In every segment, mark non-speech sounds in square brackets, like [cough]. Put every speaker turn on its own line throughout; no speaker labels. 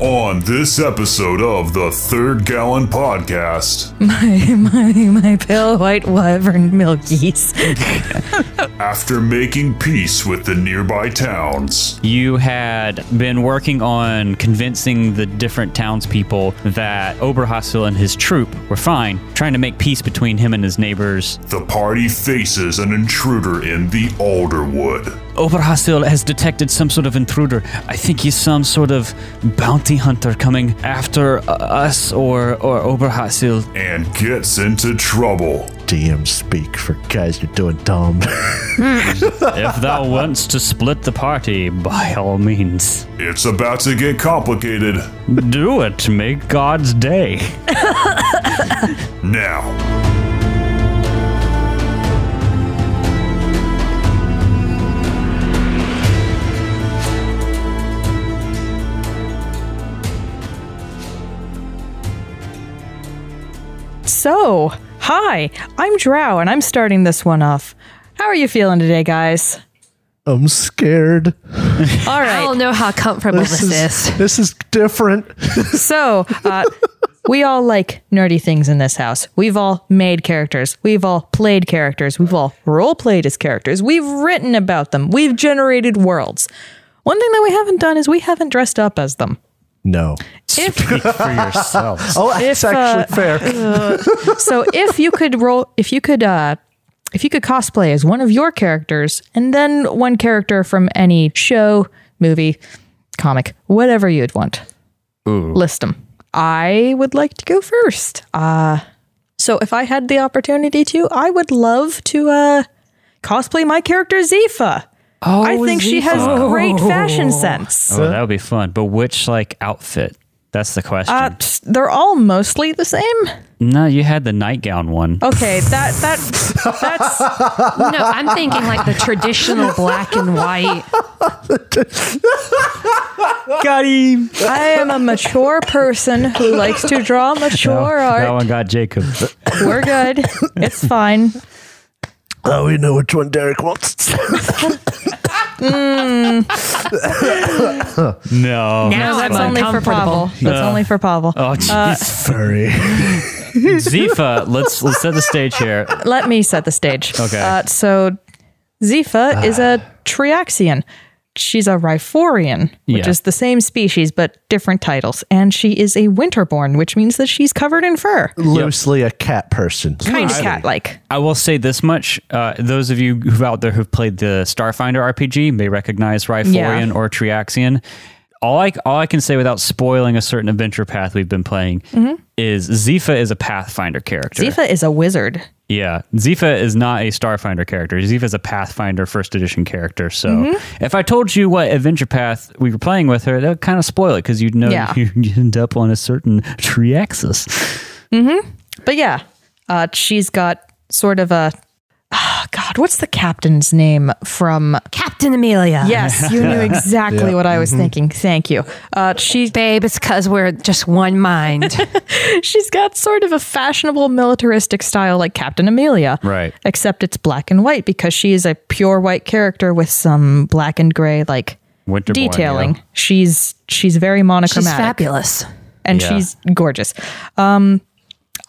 On this episode of the Third Gallon Podcast,
My [laughs] my my pale white wyvern milkies.
after making peace with the nearby towns,
You had been working on convincing the different townspeople that Oberhassel and his troop were fine, trying to make peace between him and his neighbors.
the party faces an intruder in the Alderwood.
Oberhassel has detected some sort of intruder. I think he's some sort of bounty hunter coming after uh, us or, or Oberhassel.
and gets into trouble.
DM speak for guys you're doing dumb. [laughs]
if thou wants to split the party, by all means,
It's about to get complicated.
do it. Make God's day.
Now,
So, hi, I'm Drow and I'm starting this one off. How are you feeling today, guys?
I'm scared.
All
I
right.
don't know how comfortable this,
This is, this is different.
So, uh, we all like nerdy things in this house. We've all made characters. We've all played characters. We've all role played as characters. We've written about them. We've generated worlds. One thing that we haven't done is we haven't dressed up as them.
No.
If
for yourself.
Oh, that's
If,
actually
uh, [laughs]
fair.
So if you could roll, if you could, uh, if you could cosplay as one of your characters and then one character from any show, movie, comic, whatever you'd want, list them. I would like to go first. Uh, so if I had the opportunity to, I would love to uh, cosplay my character Zifa. Oh, I think she has great fashion sense.
Oh, that would be fun. But which like outfit? That's the question.
Uh, they're all mostly the same.
no, you had the nightgown one.
Okay, that that that's
No, I'm thinking like the traditional black and white.
got him.
I am a mature person who likes to draw mature
Oh, That
art.
one got Jacob.
We're good. It's fine.
Oh, we know which one Derek wants. [laughs]
no.
[laughs] Now
That's
I'm
only for
uncomfortable.
Pavel. That's only for Pavel.
Oh jeez.
Furry.
Zifa, let's let's set the stage here.
Let me set the stage.
Okay. Ah.
Uh, so Zifa is a Triaxian. She's a Riforian, which
Yeah.
is the same species but different titles, and she is a Winterborn, which means that she's covered in fur,
Loosely a cat person.
kind of cat-like.
I will say this much: uh, those of you who out there who've played the Starfinder RPG may recognize Riforian
Yeah.
or Triaxian. All I all I can say without spoiling a certain adventure path we've been playing is Zifa is a Pathfinder character.
Mm-hmm. Zifa is a wizard.
Yeah, Zifa is not a Starfinder character. Zifa is a Pathfinder first edition character. So
Mm-hmm.
if I told you what adventure path we were playing with her, that would kind of spoil it because you'd know
Yeah.
[laughs] you'd end up on a certain triaxis.
But yeah, uh, she's got sort of a. ah, God, what's the captain's name from
[laughs] Captain Amelia.
Yes, you [laughs] knew exactly what I was
Mm-hmm.
thinking. Thank you. Uh, she
Babe, it's because we're just one [laughs] mind.
she's got sort of a fashionable militaristic style like Captain Amelia,
Right.
Except it's black and white because she is a pure white character with some black and gray like
Winterborn,
detailing.
yeah.
She's she's very
She's
monochromatic
fabulous.
and
Yeah.
she's gorgeous. Um,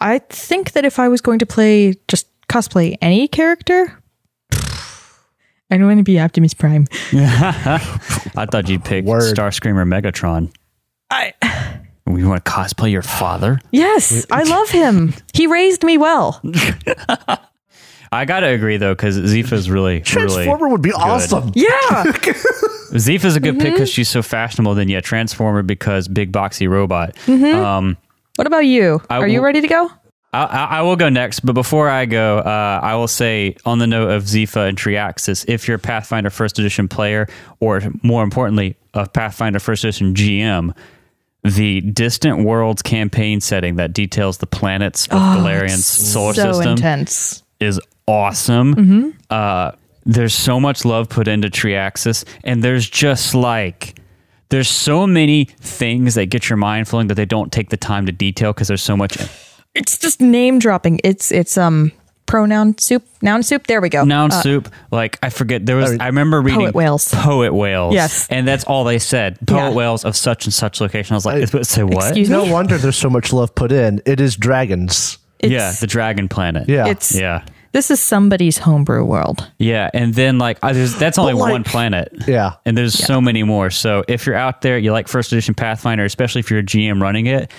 I think that if I was going to play just cosplay any character. [sighs] I don't want to be Optimus Prime.
I thought you'd pick
Word.
Starscream or Megatron.
I
We want to cosplay your father.
yes, I love him. He raised me well.
I gotta agree though, because Zifa's really
Transformer would be awesome.
Yeah.
Really, Zifa's a good
Mm-hmm.
pick because she's so fashionable. Then yeah, Transformer because big boxy robot. Um,
What about you? Are you
will-
ready to go?
I- I, I will go next, but before I go, uh, I will say on the note of Zifa and Triaxis, if you're a Pathfinder First Edition player, or more importantly, a Pathfinder First Edition GM, the Distant Worlds campaign setting that details the planets of Galarian's solar
Oh, so
system
intense. Mm-hmm.
is awesome. Uh, there's so much love put into Triaxis, and there's just like there's so many things that get your mind flowing that they don't take the time to detail because there's so much
It's just name dropping. It's it's um
pronoun soup? Noun soup? There we go.
Noun soup, like I forget. There was I remember reading
Uh, Poet whales.
Poet whales.
Yes.
and that's all they said. Poet
Yeah.
whales of such and such location. I was like, say what?
Excuse
No
me?
wonder there's so much love put in. It is dragons.
yeah,
It's-
the dragon planet.
Yeah.
It's
yeah,
this is somebody's homebrew world.
yeah. And then like I, there's that's only
like-
one planet.
Yeah.
and there's so many more. So if you're out there, you like first edition Pathfinder, especially if you're a GM running it.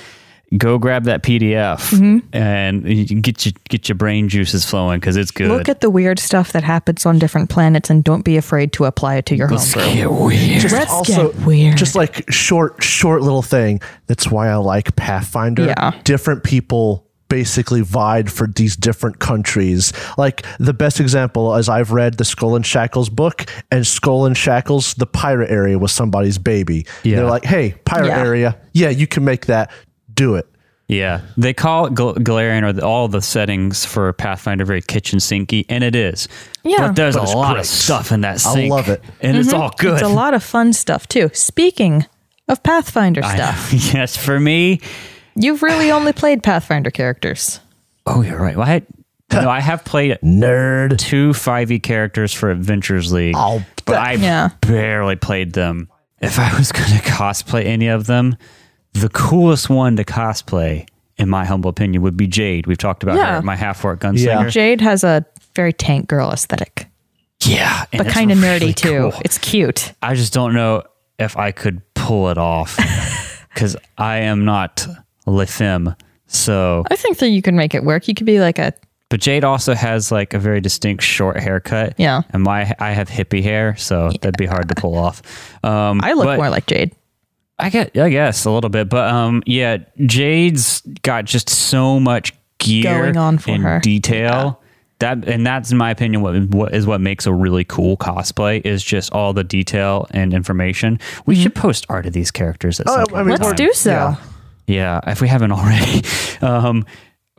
Go grab that PDF
Mm-hmm.
and you can get your get your brain juices flowing because it's good.
Look at the weird stuff that happens on different planets and don't be afraid to apply it to your homebrew. Let's
also
get weird.
just like short short little thing that's why i like pathfinder
Yeah.
different people basically vied for these different countries like the best example is i've read the skull and shackles book and skull and shackles the pirate area was somebody's baby
Yeah.
they're like hey pirate
Yeah.
area yeah you can make that do it
Yeah, they call it Gal- Galarian or the, all the settings for Pathfinder very kitchen sinky, and it is.
Yeah. Mm-hmm.
but there's
it's
a lot
great.
of stuff in that sink.
love it.
and it's all good.
It's a lot of fun stuff too. Speaking of Pathfinder
[laughs]
stuff,
yes, for me.
you've really only played Pathfinder characters.
Oh, you're right. Well, I, no, I have played
nerd
two 5e characters for Adventures League,
Oh,
but I
Yeah.
barely played them. If I was [laughs] going to cosplay any of them, the coolest one to cosplay, in my humble opinion, would be Jade. We've talked about
Yeah.
her, my half-orc gunslinger.
Jade has a very tank girl aesthetic,
Yeah, and
but
it's
kind of
really
nerdy too.
cool.
It's cute.
I just don't know if I could pull it
[laughs]
off because I am not Le Femme. So,
I think that you can make it work. You could be like a
but Jade also has like a very distinct short haircut.
Yeah.
and my I have hippie hair, so that'd be hard to pull off. Um,
I look
but
more like Jade.
I get, I guess a little bit, but um, yeah, Jade's got just so much gear
Going on for
and
her.
detail. That and that's in my opinion what what is what makes a really cool cosplay is just all the detail and information. We
Mm-hmm.
should post art of these characters at some
Oh, I
point.
mean,
in
Let's
time.
do so.
Yeah.
Yeah, if we haven't already. [laughs] Um,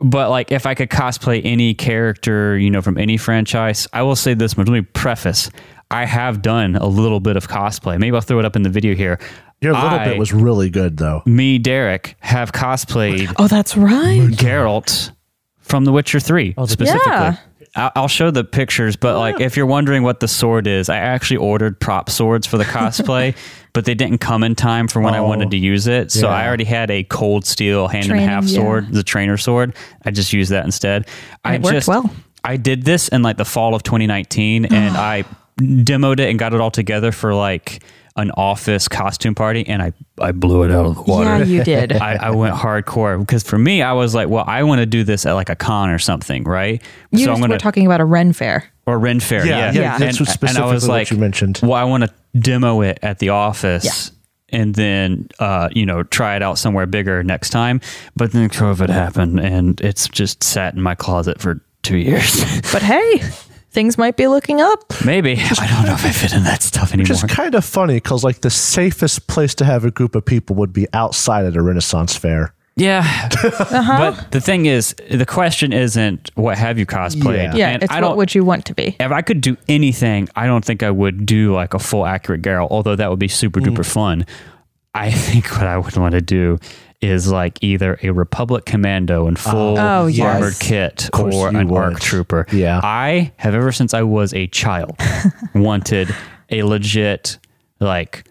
but like, if I could cosplay any character, you know, from any franchise, I will say this much. Let me preface: I have done a little bit of cosplay. Maybe I'll throw it up in the video here.
your little
I,
bit was really good though
me, Derek, have cosplayed
Oh, that's right.
Geralt from The Witcher Three
Oh.
specifically.
Yeah.
I- I'll show the pictures, but like if you're wondering what the sword is, I actually ordered prop swords for the
[laughs]
cosplay, but they didn't come in time for when I
Oh.
wanted to use it. So I already had a cold steel hand and a
Training,
half
yeah.
sword, the trainer sword. I just used that instead. I
it worked
just,
well.
I did this in like the fall of 2019,
[gasps]
and I demoed it and got it all together for like an office costume party, and I I blew it out of the water.
Yeah, you
[laughs]
did.
I, I went hardcore because for me, I was like, well, I want to do this at like a con or something, right?
You
so
just
I'm gonna
were talking about a Ren fair.
or Ren Fair,
Yeah,
yeah,
yeah, Yeah. that's
And, and I
specifically
was
what
like,
you mentioned.
Well, I want to demo it at the office. And then, uh, you know, try it out somewhere bigger next time. But then COVID happened, and it's just sat in my closet for two years. [laughs]
But hey, things might be looking up.
Maybe I don't know if I fit in that stuff anymore.
just kind of funny because like the safest place to have a group of people would be outside at a renaissance fair
Yeah.
Uh-huh.
But the thing is, the question isn't what have you cosplayed.
Yeah.
Yeah,
And
it's
I
what
don't-
would you want to be?
if I could do anything, I don't think I would do like a full accurate Geralt, although that would be super duper
Mm.
fun. I [laughs] think what I would want to do is like either a Republic Commando in full
Oh, yes.
armored kit
course
or
you
an ARC
would.
Trooper.
Yeah.
I have ever since I was a
[laughs]
child wanted a legit like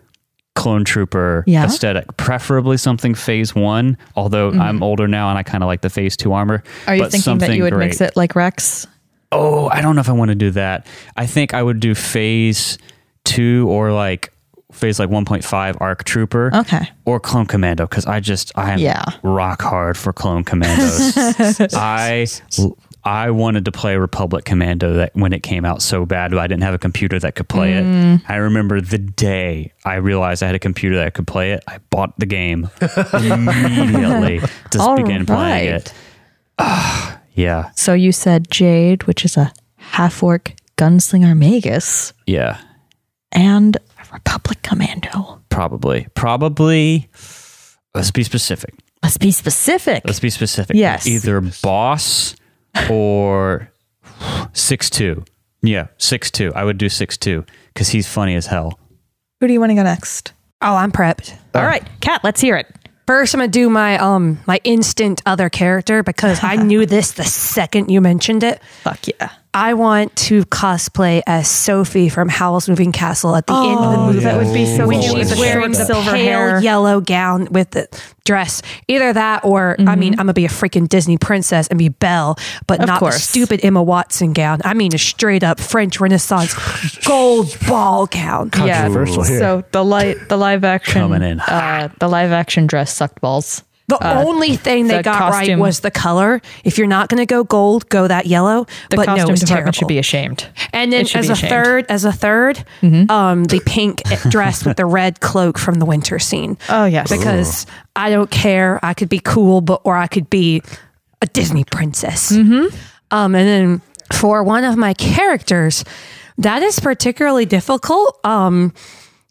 clone trooper
Yeah. Mm-hmm.
aesthetic, preferably something phase one, although I'm older now and I kind of like the phase two armor.
Are you
but
thinking that
something
you would mix
great.
it like Rex?
Oh, I don't know if I want to do that. I think I would do phase two or like phase like 1.5 arc trooper
Okay.
or clone commando because i just i am
Yeah.
rock hard for clone
[laughs]
commandos i i wanted to play republic commando that when it came out so bad but i didn't have a computer that could play
Mm.
it i remember the day i realized i had a computer that could play it i bought the
[laughs]
game immediately just
All
began playing
right.
it yeah
So you said Jade, which is a half orc gunslinger magus,
yeah
and a Republic commando.
Probably. Probably. Let's be specific.
Let's be specific.
Let's be specific.
Yes.
Either boss or six two. Yeah, six two. I would do six two because he's funny as hell.
Who do you want to go next?
Oh, I'm prepped.
All right, Kat, let's hear it.
First, I'm gonna do my um my instant other character because [laughs] I knew this the second you mentioned it.
Fuck yeah.
I want to cosplay as Sophie from Howl's Moving Castle at the end of the movie.
That would be so
when
cool.
she's
With
wearing
short
the pale yellow gown with the dress. Either that or,
Mm-hmm.
I mean, I'm going to be a freaking Disney princess and be Belle, but not the
course.
stupid Emma Watson gown. I mean, a straight up French
[laughs]
Renaissance gold ball gown.
yeah.
Controversial here.
So the light, the live action,
Coming in
Uh, the live action dress sucked balls.
The only thing they
Uh, the
got right
costume-
was the color. If you're not going to go gold, go that yellow.
The
but
costume
no, it was terrible.
department should be ashamed.
And then
It should
as
be
a
ashamed. Mm-hmm.
third, as a 3rd um, the pink dress with the red cloak from the winter
[laughs]
scene.
Oh, yes.
because I don't care. I could be cool, but or I could be a Disney princess.
Mm-hmm.
Um, and then for one of my characters, that is particularly difficult. Um,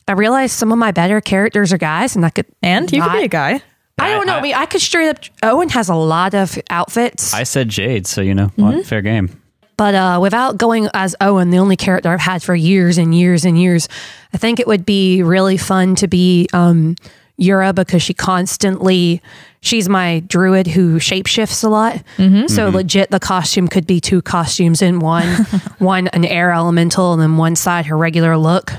I realize some of my better characters are guys, and I could
and you could
not-
be a guy.
I don't know. I,
I-
mean, I could straight up. Owen has a lot of outfits.
I said Jade, so you know,
Mm-hmm.
what? fair game.
But uh, without going as Owen, the only character I've had for years and years and years, I think it would be really fun to be um, Yura because she constantly, she's my druid who shapeshifts a lot. So legit, the costume could be two costumes in one, one an air elemental and then one side her regular look.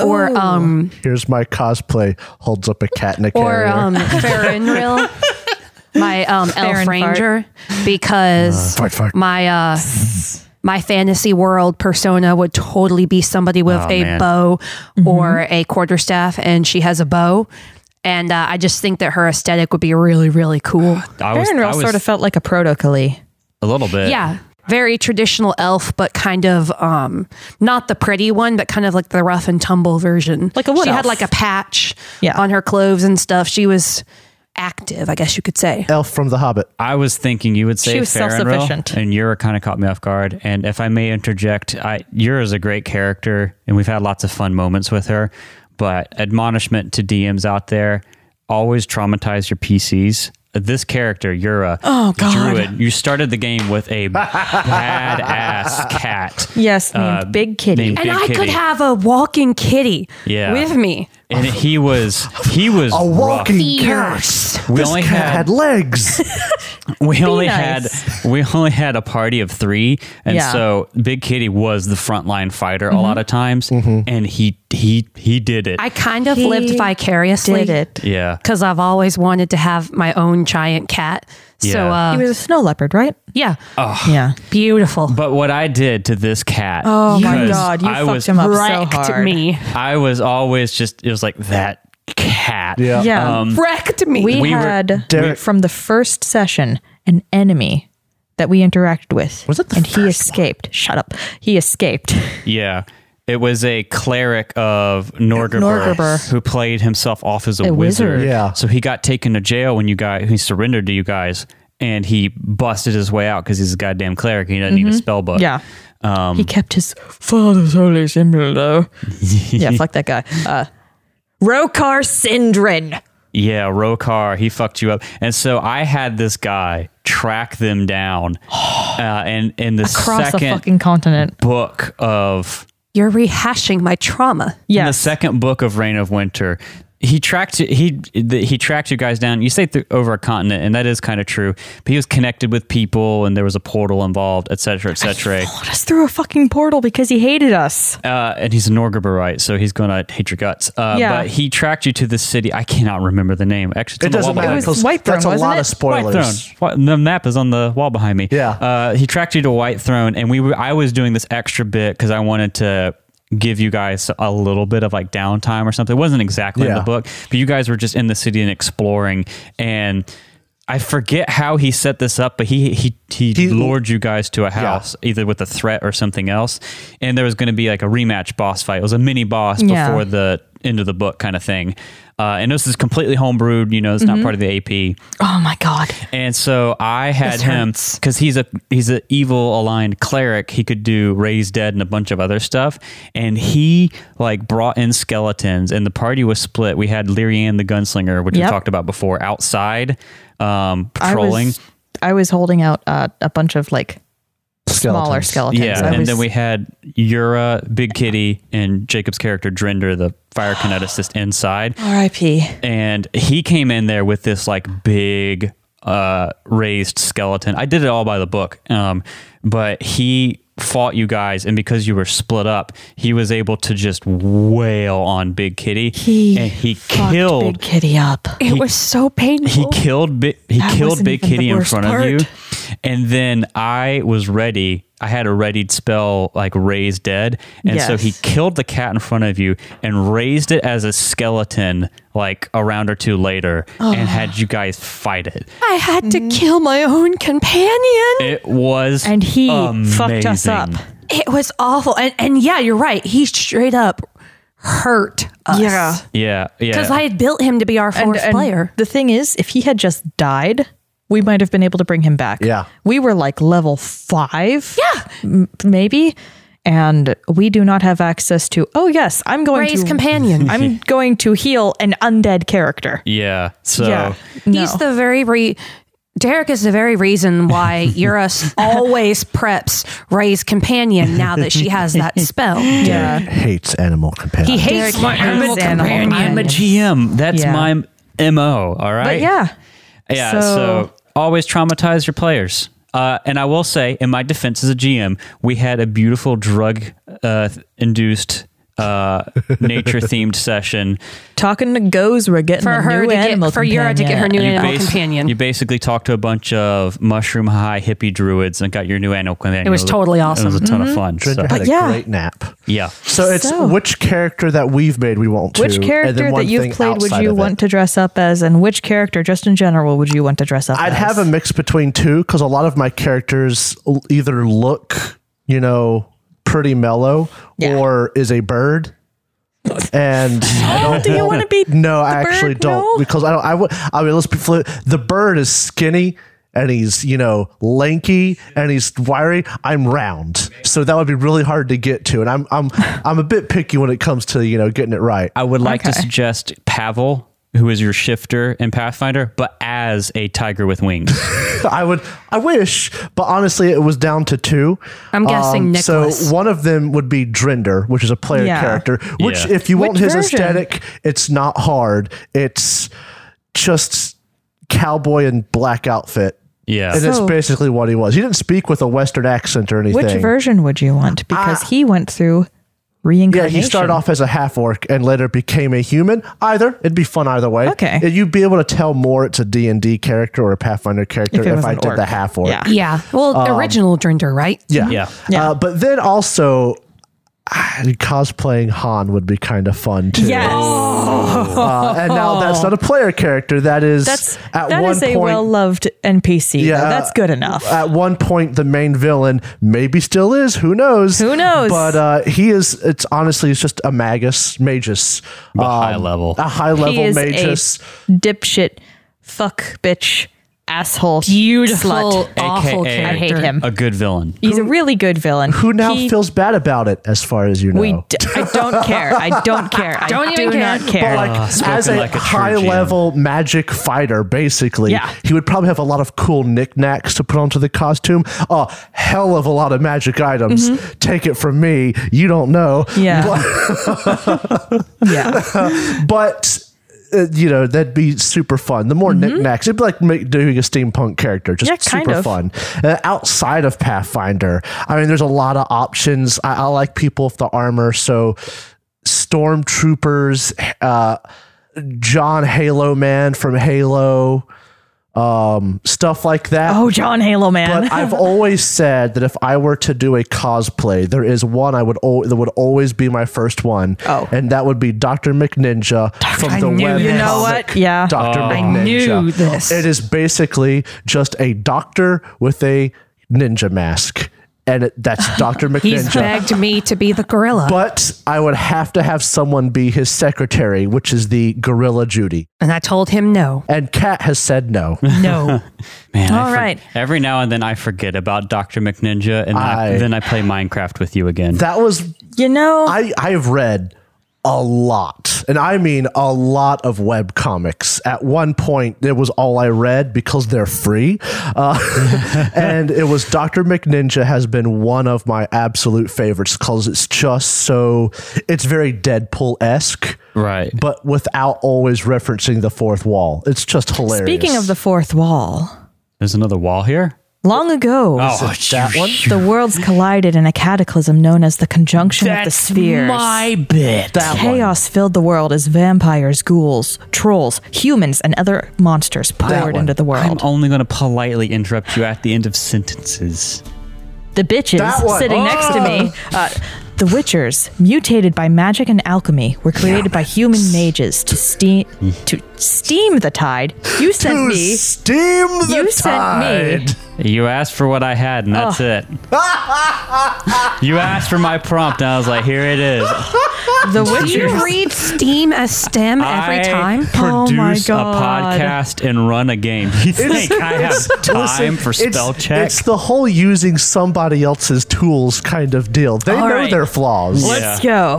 Or um
Here's my cosplay. Holds up a cat in a
or
carrier.
um Farinril, my um elf
Farron fart.
ranger, because
fart, fart.
my uh my fantasy world persona would totally be somebody with
Oh,
a
man.
bow
Mm-hmm.
or a quarterstaff, and she has a bow. And uh, I just think that her aesthetic would be really, really cool.
I was,
Aaron
I
Ross
was
sort of felt like a proto Kali.
a little bit.
yeah, very traditional elf, but kind of um, not the pretty one, but kind of like the rough and tumble version.
Like a wood
she
elf.
had like a patch
Yeah.
on her clothes and stuff. She was active, I guess you could say.
Elf from The Hobbit.
I was thinking you would say
She was
Farron
self-sufficient.
Rowe, and Yura kind of caught me off guard. And if I may interject, I, Yura is a great character, and we've had lots of fun moments with her. But admonishment to DMs out there: always traumatize your PCs. This character, Yura, oh god, Druid, you started the game with a badass cat.
Yes, named
Uh,
Big Kitty.
named
And
Big
I could
Kitty.
have a walking kitty
Yeah.
with me.
and he was he was
A walking
Fierce.
cat.
We
this
only
cat
had-
had [laughs] legs.
we only
nice.
had [laughs] we only had a party of three, and
Yeah. Mm-hmm.
so Big Kitty was the frontline fighter a lot of times, and he he he did it.
I kind of
He
lived vicariously.
did it.
yeah,
Because I've always wanted to have my own giant cat. So,
Yeah. Oh.
uh,
He was a snow leopard,
[sighs]
right?
yeah,
Yeah.
beautiful.
but what I did to this cat,
Oh my
because
god, you
I
fucked
was
him up so
Wrecked
hard.
me.
I was always just it was like that cat.
Yeah.
Yeah.
Wrecked me.
we,
Um, We were-
had
Derek-
from the first session an enemy that we interacted with.
Was it the
and he
first
escaped. Shut up. He escaped. [laughs]
yeah. It was a cleric of Norgerber,
Norgerber.
who played himself off as a,
A wizard.
wizard.
Yeah.
So he got taken to jail when you guys he surrendered to you guys, and he busted his way out because he's a goddamn cleric. And he doesn't need a spell book.
Mm-hmm. Yeah. he kept his father's holy symbol though. yeah, fuck that guy. Uh Rokar Sindrin.
Yeah, Rokar, he fucked you up. And so I had this guy track them down. [gasps] uh, and in the
Across the
second
fucking continent.
book of
You're rehashing my trauma.
in the
Yes.
second book of Reign of Winter, he tracked he the, he tracked you guys down. You say th- over a continent, and that is kind of true. But he was connected with people, and there was a portal involved, etc., cetera, etc.
Put us through a fucking portal because he hated us.
Uh, and he's a Norgerberite, so he's going to hate your guts. Uh,
Yeah.
But he tracked you to this city. I cannot remember the name. Actually, it's
It
on the
doesn't
wall
matter.
behind me.
'cause
White
that's
Throne,
a lot
wasn't
of
it?
spoilers.
White Throne. Wh- The map is on the wall behind me.
Yeah.
Uh, he tracked you to White Throne, and we were, I was doing this extra bit because I wanted to give you guys a little bit of like downtime or something. It wasn't exactly in
Yeah.
the book, but you guys were just in the city and exploring and. I forget how he set this up, but he he he,
He-
lured you guys to a house, either with a threat or something else. And there was going to be like a rematch boss fight. It was a mini boss
Yeah.
before the end of the book kind of thing. Uh, and this is completely homebrewed. You know, it's not part of the AP.
Oh my god.
And so I had
This
him
hurts.
because he's a he's an evil aligned cleric. He could do raise dead and a bunch of other stuff. And he like brought in skeletons, and the party was split. We had Lyrian the gunslinger, which we
Yep.
talked about before, outside um, patrolling.
I was, I was holding out uh, a bunch of like smaller
skeletons.
skeletons.
Yeah,
I
and
was-
then we had Yura, Big Kitty, and Jacob's character Drinder, the fire
[gasps]
kineticist, inside,
R.I.P.
and he came in there with this like big uh, raised skeleton. I did it all by the book, um, but he fought you guys, and because you were split up, he was able to just wail on Big Kitty,
He
and he
fucked
killed
Big Kitty up.
It was so
he
painful.
killed Bi- he
Oh. That
killed
wasn't
Big
even the
Kitty in
worst
front of you, and then I was ready. I had a readied spell like raise dead, and so he
Yes.
killed the cat in front of you and raised it as a skeleton like a round or two later, and had you guys fight it.
I had to kill my own companion.
It was
And he fucked us
amazing.
up.
It was awful. And and yeah, you're right. He straight up hurt us.
Yeah.
Yeah, yeah.
Because I had built him to be our
And-
fourth
and
player.
The thing is, if he had just died, we might have been able to bring him back.
Yeah.
We were like level five.
Yeah.
m- maybe. And we do not have access to, oh, yes, I'm going
Ray's
to.
companion.
[laughs] I'm going to heal an undead character.
yeah. So
Yeah.
He's the very re Derek is the very reason why
[laughs]
Eurus always preps Ray's companion now that she
[laughs]
has that spell.
Yeah.
Hates animal companions.
hates
my animal companion.
I'm a GM. That's
Yeah.
my mo. All right.
But yeah.
Yeah, so,
So-
always traumatize your players. Uh, and I will say, in my defense as a GM, we had a beautiful drug uh, induced
[laughs]
uh, nature themed session.
Talking to Goes, we're getting
For
a
her
new
to
animal
get for Yura to get her new
companion.
animal
bas-
companion.
you basically talked to a bunch of mushroom high hippie druids and got your new animal companion.
It was totally
It was a
awesome. Mm-hmm.
ton of fun. So,
Drinder had a
yeah.
great nap.
yeah.
So it's
So-
which character that we've made we want to.
Which
and then
character
one
that you've
thing
played would
outside
you
of it.
want to dress up as, and which character, just in general, would you want to dress up
I'd
as?
have a mix between two because a lot of my characters l- either look, you know, pretty mellow
Yeah.
or is a bird.
[laughs]
And I don't
Oh, Do you want to be?
[laughs] No, I
bird?
actually don't
No?
because I don't. I would. I mean, let's be fluid. The bird is skinny and he's you know lanky and he's wiry. I'm round, so that would be really hard to get to. And I'm I'm I'm a bit picky when it comes to you know getting it right.
I would like to suggest Pavel, who is your shifter in Pathfinder, but as a tiger with wings.
I would. I wish, but honestly, it was down to two. Um,
I'm guessing Nicholas.
So one of them would be Drinder, which is a player
Yeah.
character. Which,
Yeah.
if you want
Which
his
version?
aesthetic, it's not hard. It's just cowboy and black outfit.
Yeah.
And it's
So-
basically what he was. He didn't speak with a Western accent or anything.
Which version would you want? Because he went through
Ah. Yeah,
reincarnation.
he started off as a half orc and later became a human. Either it'd be fun either way.
Okay.
And you'd be able to tell more it's a D and D character or a Pathfinder character
If
if,
it was
I
an
did
orc.
the half orc.
Yeah.
yeah. Well,
Um,
original Drinder, right?
Yeah.
Yeah.
Yeah.
Uh, but then also, ah, cosplaying Han would be kind of fun too.
Yes.
Uh, and now that's
[laughs]
not a player character. That is
That's
at
that
one
is a
point.
well loved NPC.
Yeah, Uh,
though. that's good enough.
at one point, the main villain maybe still is. Who knows?
Who knows?
But uh, he is. It's honestly, it's just a magus, magus,
A
um,
high level.
a high level
he is
magus.
a dipshit, fuck, bitch, asshole,
Beautiful,
slut.
awful
AKA
I
character.
hate him.
A good villain.
He's a really good villain.
who now
He-
feels bad about it? As far as you know,
We d- I don't care.
[laughs]
I don't care. I
Don't
don't
even care.
not care.
But like
spoken
as a,
like a true
high
GM.
level magic fighter, basically,
Yeah.
he would probably have a lot of cool knickknacks to put onto the costume. A hell of a lot of magic items. Take it from me, you don't know.
Mm-hmm. yeah. yeah.
[laughs] But uh, you know that'd be super fun. The more knickknacks, it'd be like make, doing a steampunk character, just
Mm-hmm. Yeah, kind
super
of.
fun. Uh, outside of Pathfinder, I mean, there's a lot of options. I, I like people with the armor, so stormtroopers, uh, John Halo Man from Halo, um, stuff like that.
Oh, John Halo man.
But
[laughs]
I've always said that if I were to do a cosplay, there is one I would al- that would always be my first one.
Oh.
and that would be Doctor McNinja from the
knew
web.
this.
you know
comic
what? Yeah.
Doctor
I
McNinja.
knew this.
It is basically just a doctor with a ninja mask, and it,
[laughs]
that's Doctor
He's
McNinja.
begged me to be the gorilla.
But I would have to have someone be his secretary, which is the Gorilla Judy.
and I told him no.
And Kat has said [laughs] no.
no.
Man, I
All
for-
right.
Every now and then I forget about Dr. McNinja and I-
I-
then I play Minecraft with you again.
That was
You know,
I I have read a lot. And I mean a lot of web comics. At one point, it was all I read because they're free. Uh, [laughs] and it was Dr. McNinja has been one of my absolute favorites because it's just so, it's very Deadpool esque.
Right.
But without always referencing the fourth wall. It's just hilarious.
Speaking of the fourth wall,
There's another wall here.
long ago,
Oh,
that one?
the worlds collided in a cataclysm known as the conjunction of the spheres.
bit.
that one.
Chaos filled the world as vampires, ghouls, trolls, humans, and other monsters poured
one.
into the
I'm
world.
only going to politely interrupt you at the end of sentences.
the
That
bitches
one. Oh.
sitting next to me. Uh, the witchers, mutated by magic and alchemy, were created by human mages to steam to steam the tide. You sent
Hmm. To
me.
steam the
You sent
tide.
me.
You asked for what I had, and that's it. you asked for my prompt, and I was like, here it
[laughs]
is.
The
Do
witchers.
you read Steam as STEM every
I
time?
Oh my
Produce a
God.
podcast and run a game. You think I have time
Listen,
for
it's-
spell check?
It's the whole using somebody else's tools kind of deal. They know
right.
their flaws.
Let's go.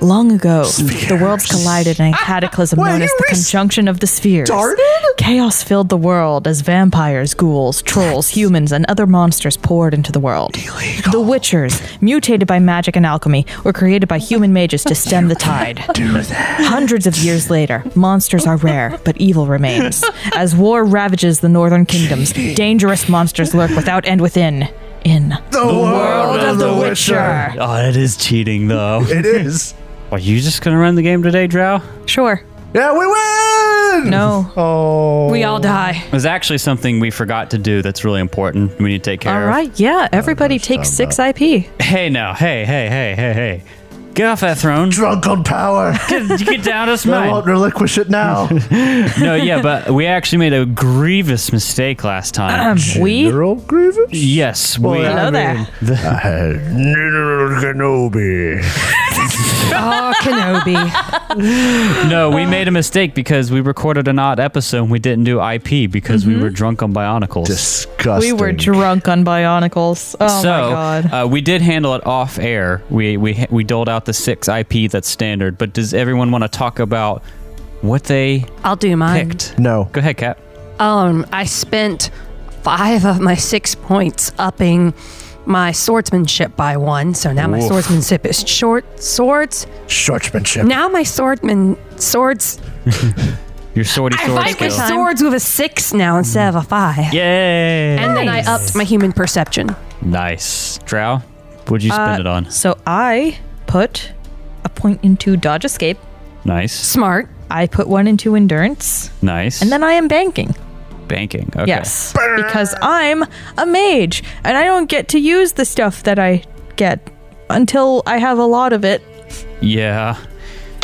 Long ago, the worlds collided in a cataclysm
Wait,
known
Ah, you
as the
restarted?
conjunction of the spheres. Chaos filled the world as vampires, ghouls, trolls, humans, and other monsters poured into the world. The witchers, mutated by magic and alchemy, were created by human mages to stem the tide. Hundreds of years later, monsters are rare, but evil remains. As war ravages the northern kingdoms, dangerous monsters lurk without end within. In
The world
of the Witcher.
Oh, that is cheating, though.
It is.
Are you just going to run the game today, Drow?
Sure.
Yeah, we win.
No.
Oh.
We all die.
There's actually something we forgot to do that's really important we need to take care
All
of.
right. Yeah. Everybody takes six [clears throat] IP.
Hey, now. Hey, hey, hey, hey, hey. Get off that throne.
Drunk on power.
Get, get down [laughs] to
I
mine.
won't relinquish it now.
No, yeah, but we actually made a grievous mistake last [clears throat] time.
We
General Grievous.
yes, we.
Well,
hello
I
there.
General Kenobi.
Oh, Kenobi.
No, we made a mistake because we recorded an odd episode and we didn't do IP because we were drunk on Bionicles.
Disgusting.
we were drunk on Bionicles. Oh
so
my god.
Uh, we did handle it off air. We we we doled out the six IP that's standard. But does everyone want to talk about what they
I'll do mine.
picked?
No.
Go ahead, Kat.
Um, I spent five of my six points upping my swordsmanship by one, so now my
Oof.
swordsmanship is short swords.
Shortsmanship.
Now my swordman swords.
Your swordy
I
sword
fight
skill.
with swords with a six now instead of a five.
Yay!
And then I upped my human perception.
nice. Drow, what'd you
Uh,
spend it on?
so I put a point into dodge escape.
Nice.
Smart.
I put one into endurance,
Nice.
and then I am banking.
banking. Okay.
Yes, because I'm a mage, and I don't get to use the stuff that I get until I have a lot of it.
Yeah.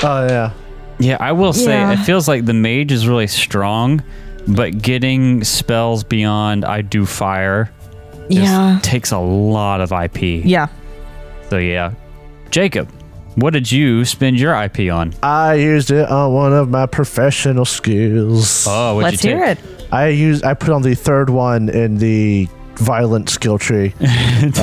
Oh yeah.
Yeah, I will say
Yeah.
it feels like the mage is really strong, but getting spells beyond I do fire is- takes a lot of IP.
Yeah.
So yeah. Jacob, what did you spend your IP on?
I used it on one of my professional skills.
Oh, what'd
Let's
you
hear it.
I used I put on the third one in the violent
[laughs]
skill tree.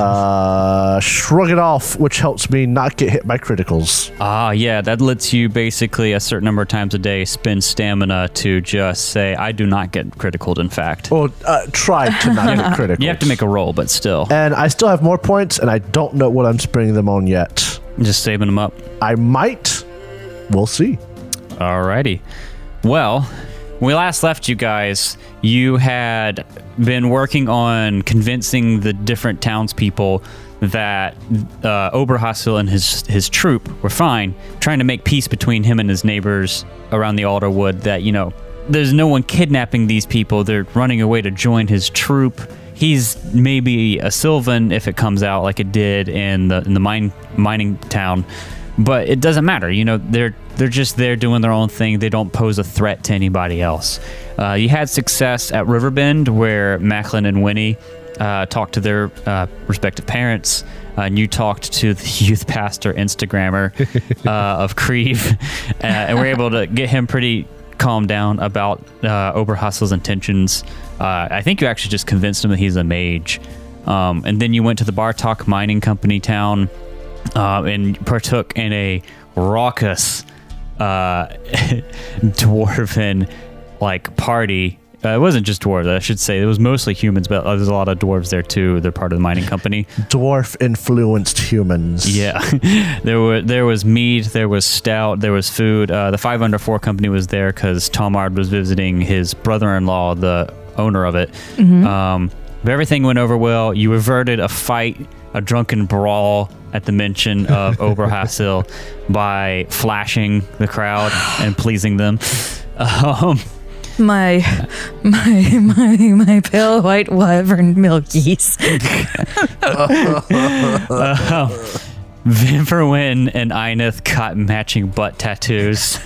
uh, shrug it off, which helps me not get hit by criticals.
Ah, yeah, that lets you basically a certain number of times a day spend stamina to just say I do not get critical in fact.
Or uh, try to
[laughs]
not get criticals.
You have to make a roll, but still.
and I still have more points, and I don't know what I'm spending them on yet.
Just saving them up.
I might. We'll see.
Alrighty. Well, when we last left you guys, you had been working on convincing the different townspeople that uh, Oberhassel and his his troop were fine, trying to make peace between him and his neighbors around the Alderwood. That you know, there's no one kidnapping these people. They're running away to join his troop. He's maybe a Sylvan if it comes out like it did in the in the mine mining town but it doesn't matter. You know, they're they're just there doing their own thing. They don't pose a threat to anybody else. Uh, you had success at Riverbend, where Macklin and Winnie uh, talked to their uh, respective parents, uh, and you talked to the [laughs] youth pastor Instagrammer uh, of Creve, uh, and we're able to get him pretty calmed down about uh, Oberhassel's intentions. Uh, I think you actually just convinced him that he's a mage. Um, and then you went to the Bartok Mining Company town, uh, and um, partook in a raucous uh, [laughs] dwarven like party. Uh, it wasn't just dwarves, I should say. It was mostly humans, but there's a lot of dwarves there too. They're part of the mining company.
Dwarf influenced humans.
Yeah, [laughs] there were there was mead, there was stout, there was food. Uh, the Five Under Four company was there because Tomard was visiting his brother-in-law, the owner of it. Um, but everything went over well. You averted a fight, a drunken brawl at the mention of Oberhassel by flashing the crowd and pleasing them. [laughs] Um,
My, [laughs] my, my, my pale white wyvern milkies.
[laughs] Vimperwin Um, and Ineth got matching butt tattoos. [laughs] uh,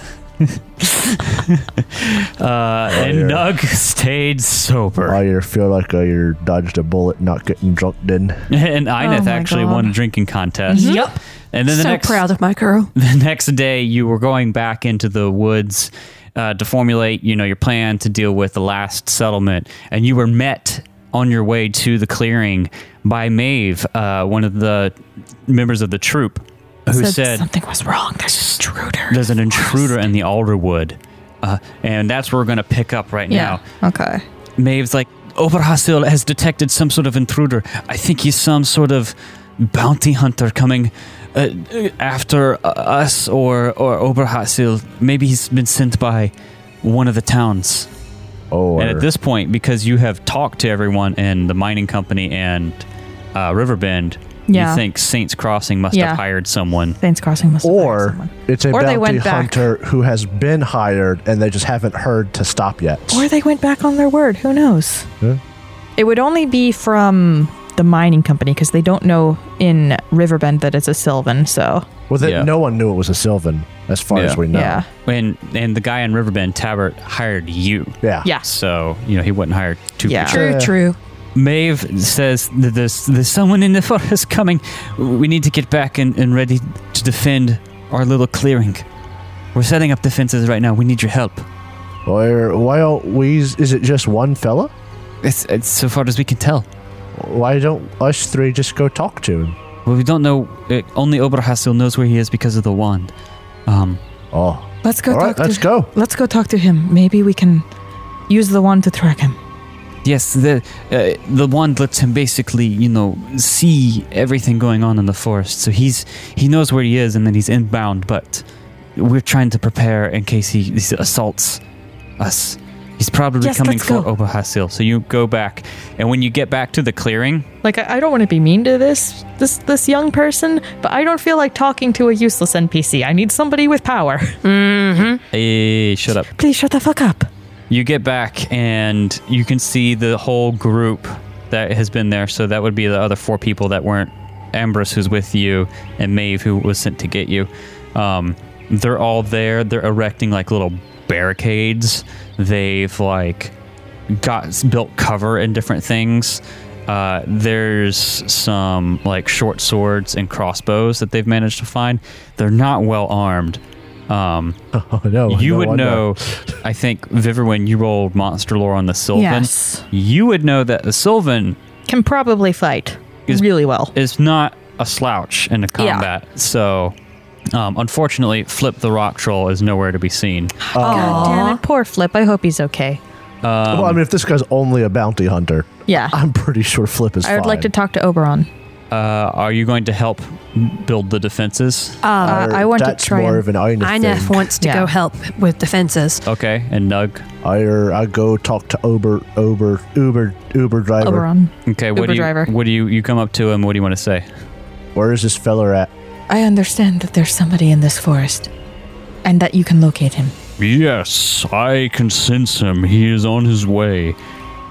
and Nug stayed sober.
I feel like I you dodged a bullet not getting drunk then.
and
Oh
Ineth
my
actually
God.
won a drinking contest.
Yep.
And then the
Mm-hmm. so
next
proud of my girl.
[laughs] the next day, you were going back into the woods uh, to formulate, you know, your plan to deal with the last settlement, and you were met on your way to the clearing by Maeve, uh, one of the members of the troop, who said
something was wrong. There's an intruder.
There's an intruder in the Alderwood. Uh, and that's where we're going to pick up right
Yeah. Okay.
now. Maeve's like, Oberhasil has detected some sort of intruder. I think he's some sort of bounty hunter coming uh, after uh, us or, or Oberhasil. Maybe he's been sent by one of the towns.
Or
And at this point, because you have talked to everyone in the mining company and uh, Riverbend,
Yeah.
you think Saints Crossing must
Yeah.
have hired someone.
Saints Crossing must have hired
or
someone.
it's a
Or they
bounty
went back.
hunter who has been hired and they just haven't heard to stop yet.
Or they went back on their word. Who knows?
Yeah.
It would only be from the mining company because they don't know in Riverbend that it's a Sylvan. So
well, then
Yeah.
no one knew it was a Sylvan, as far
Yeah.
as we know.
yeah,
And and the guy in Riverbend, Tabert, hired you.
Yeah.
yeah,
So, you know, he wouldn't hire two
Yeah.
people.
True,
Yeah.
true.
Maeve says that there's, there's someone in the [laughs] forest coming. We need to get back and, and ready to defend our little clearing. We're setting up defenses right now. We need your help.
Or why don't we? Is it just one fella?
It's, it's so far as we can tell.
Why don't us three just go talk to him?
Well, we don't know. Uh, only Oberhassel knows where he is because of the wand. Um,
Oh,
Let's go.
all right,
talk
let's
to,
go. [laughs]
Let's go talk to him. Maybe we can use the wand to track him.
yes, the uh, the wand lets him basically, you know, see everything going on in the forest. So he's he knows where he is, and then he's inbound. But we're trying to prepare in case he, he assaults us. He's probably
Yes,
coming
let's
for
go.
Oberhassel. So you go back, and when you get back to the clearing,
Like I, I don't want to be mean to this this this young person, but I don't feel like talking to a useless NPC. I need somebody with power.
eh, shut up.
[laughs] Please shut the fuck up.
You get back and you can see the whole group that has been there. So that would be the other four people that weren't Ambrose, who's with you, and Maeve, who was sent to get you. Um, they're all there. They're erecting like little barricades. They've like got built cover in different things. Uh, there's some like short swords and crossbows that they've managed to find. They're not well armed. Um,
Oh no,
you
no,
would
I
know, I think, Viver, when you rolled Monster Lore on the Sylvan,
Yes.
you would know that the Sylvan
Can probably fight
Is-
really well.
is not a slouch in a
Yeah.
combat. So, um, unfortunately, Flip the Rock Troll is nowhere to be seen.
God damn it, poor Flip. I hope he's okay.
well,
um,
I mean, if this guy's only a bounty hunter, [laughs]
Yeah,
I'm pretty sure Flip is.
I would like to
fine.
talk to Oberon.
Uh, are you going to help build the defenses?
Uh,
Or
I want to
that's
try.
more
and-
of an Ina
Inef
thing.
wants to
Yeah.
go help with defenses.
Okay, and Nug.
Or I go talk to Uber, Uber, Uber, Uber driver.
Oberon.
Okay, what
Uber
do you?
driver.
What do you? You come up to him. What do you want to say?
Where is this fella at?
I understand that there's somebody in this forest and that you can locate him.
Yes, I can sense him. He is on his way.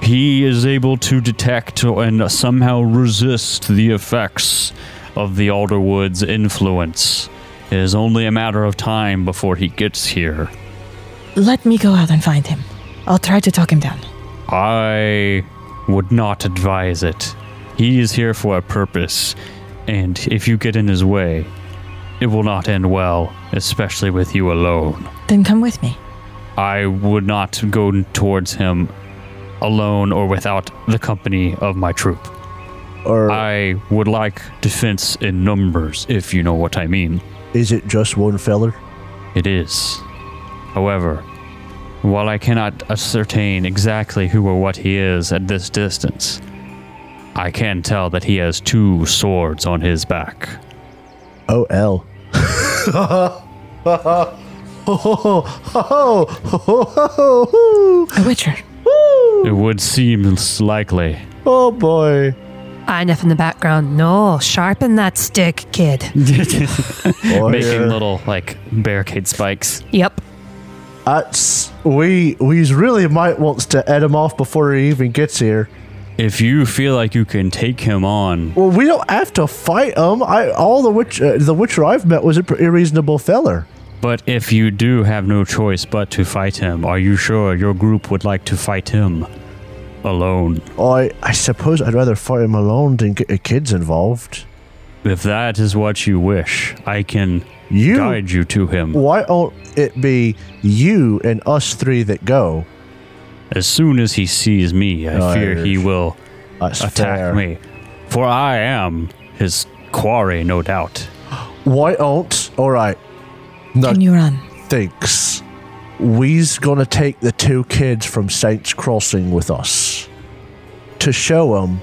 He is able to detect and somehow resist the effects of the Alderwood's influence. It is only a matter of time before he gets here.
Let me go out and find him. I'll try to talk him down.
I would not advise it. He is here for a purpose, and if you get in his way, it will not end well, especially with you alone.
Then come with me.
I would not go towards him alone or without the company of my troop.
Or
I would like defense in numbers, if you know what I mean.
Is it just one feller?
It is. However, while I cannot ascertain exactly who or what he is at this distance, I can tell that he has two swords on his back.
Oh, L.
A witcher.
It would seem s- likely.
Oh boy.
I enough in the background. No, sharpen that stick, kid.
Oh,
Making
yeah.
little, like, barricade spikes.
Yep.
That's, we we really might want to head him off before he even gets here.
If you feel like you can take him on,
Well, we don't have to fight him. I all the witch uh, the witcher I've met was an irreasonable feller.
but if you do have no choice but to fight him, are you sure your group would like to fight him alone?
I I suppose I'd rather fight him alone than get the kids involved.
If that is what you wish, I can
You-
guide you to him.
Why won't it be you and us three that go?
As soon as he sees me, I
Oh,
fear he
Irish.
will
That's
attack
fair.
me, for I am his quarry, no doubt.
Why won't? All right. No
Can you run?
thinks we's gonna take the two kids from Saints Crossing with us to show 'em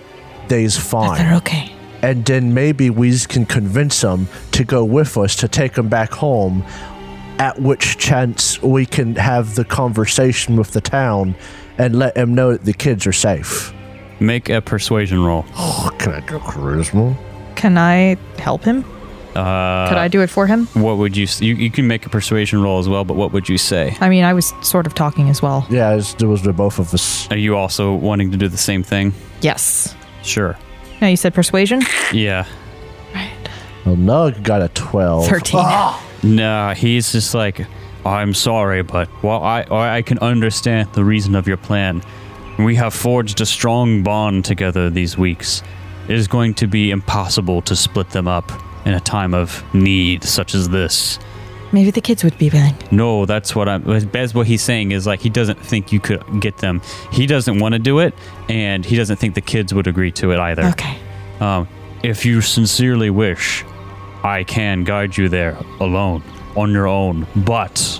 they's fine
They're okay.
and then maybe we can convince them to go with us to take them back home. At which chance we can have the conversation with the town and let them know that the kids are safe.
Make a persuasion roll.
Oh, can I do charisma?
Can I help him? Uh, Could I do it for him?
What would you? s- You, you can make a persuasion roll as well, but what would you say?
I mean, I was sort of talking as well.
Yeah, it's, it was the both of us.
Are you also wanting to do the same thing?
Yes.
Sure.
Now you said persuasion.
Yeah.
Well, Nug got a twelve.
Thirteen.
Nah, he's just like, I'm sorry, but while I I I can understand the reason of your plan, we have forged a strong bond together these weeks. It is going to be impossible to split them up in a time of need such as this.
Maybe the kids would be willing.
No, that's what I'm. That's what he's saying is like he doesn't think you could get them. He doesn't want to do it, and he doesn't think the kids would agree to it either.
Okay.
Um, if you sincerely wish, I can guide you there alone, on your own. But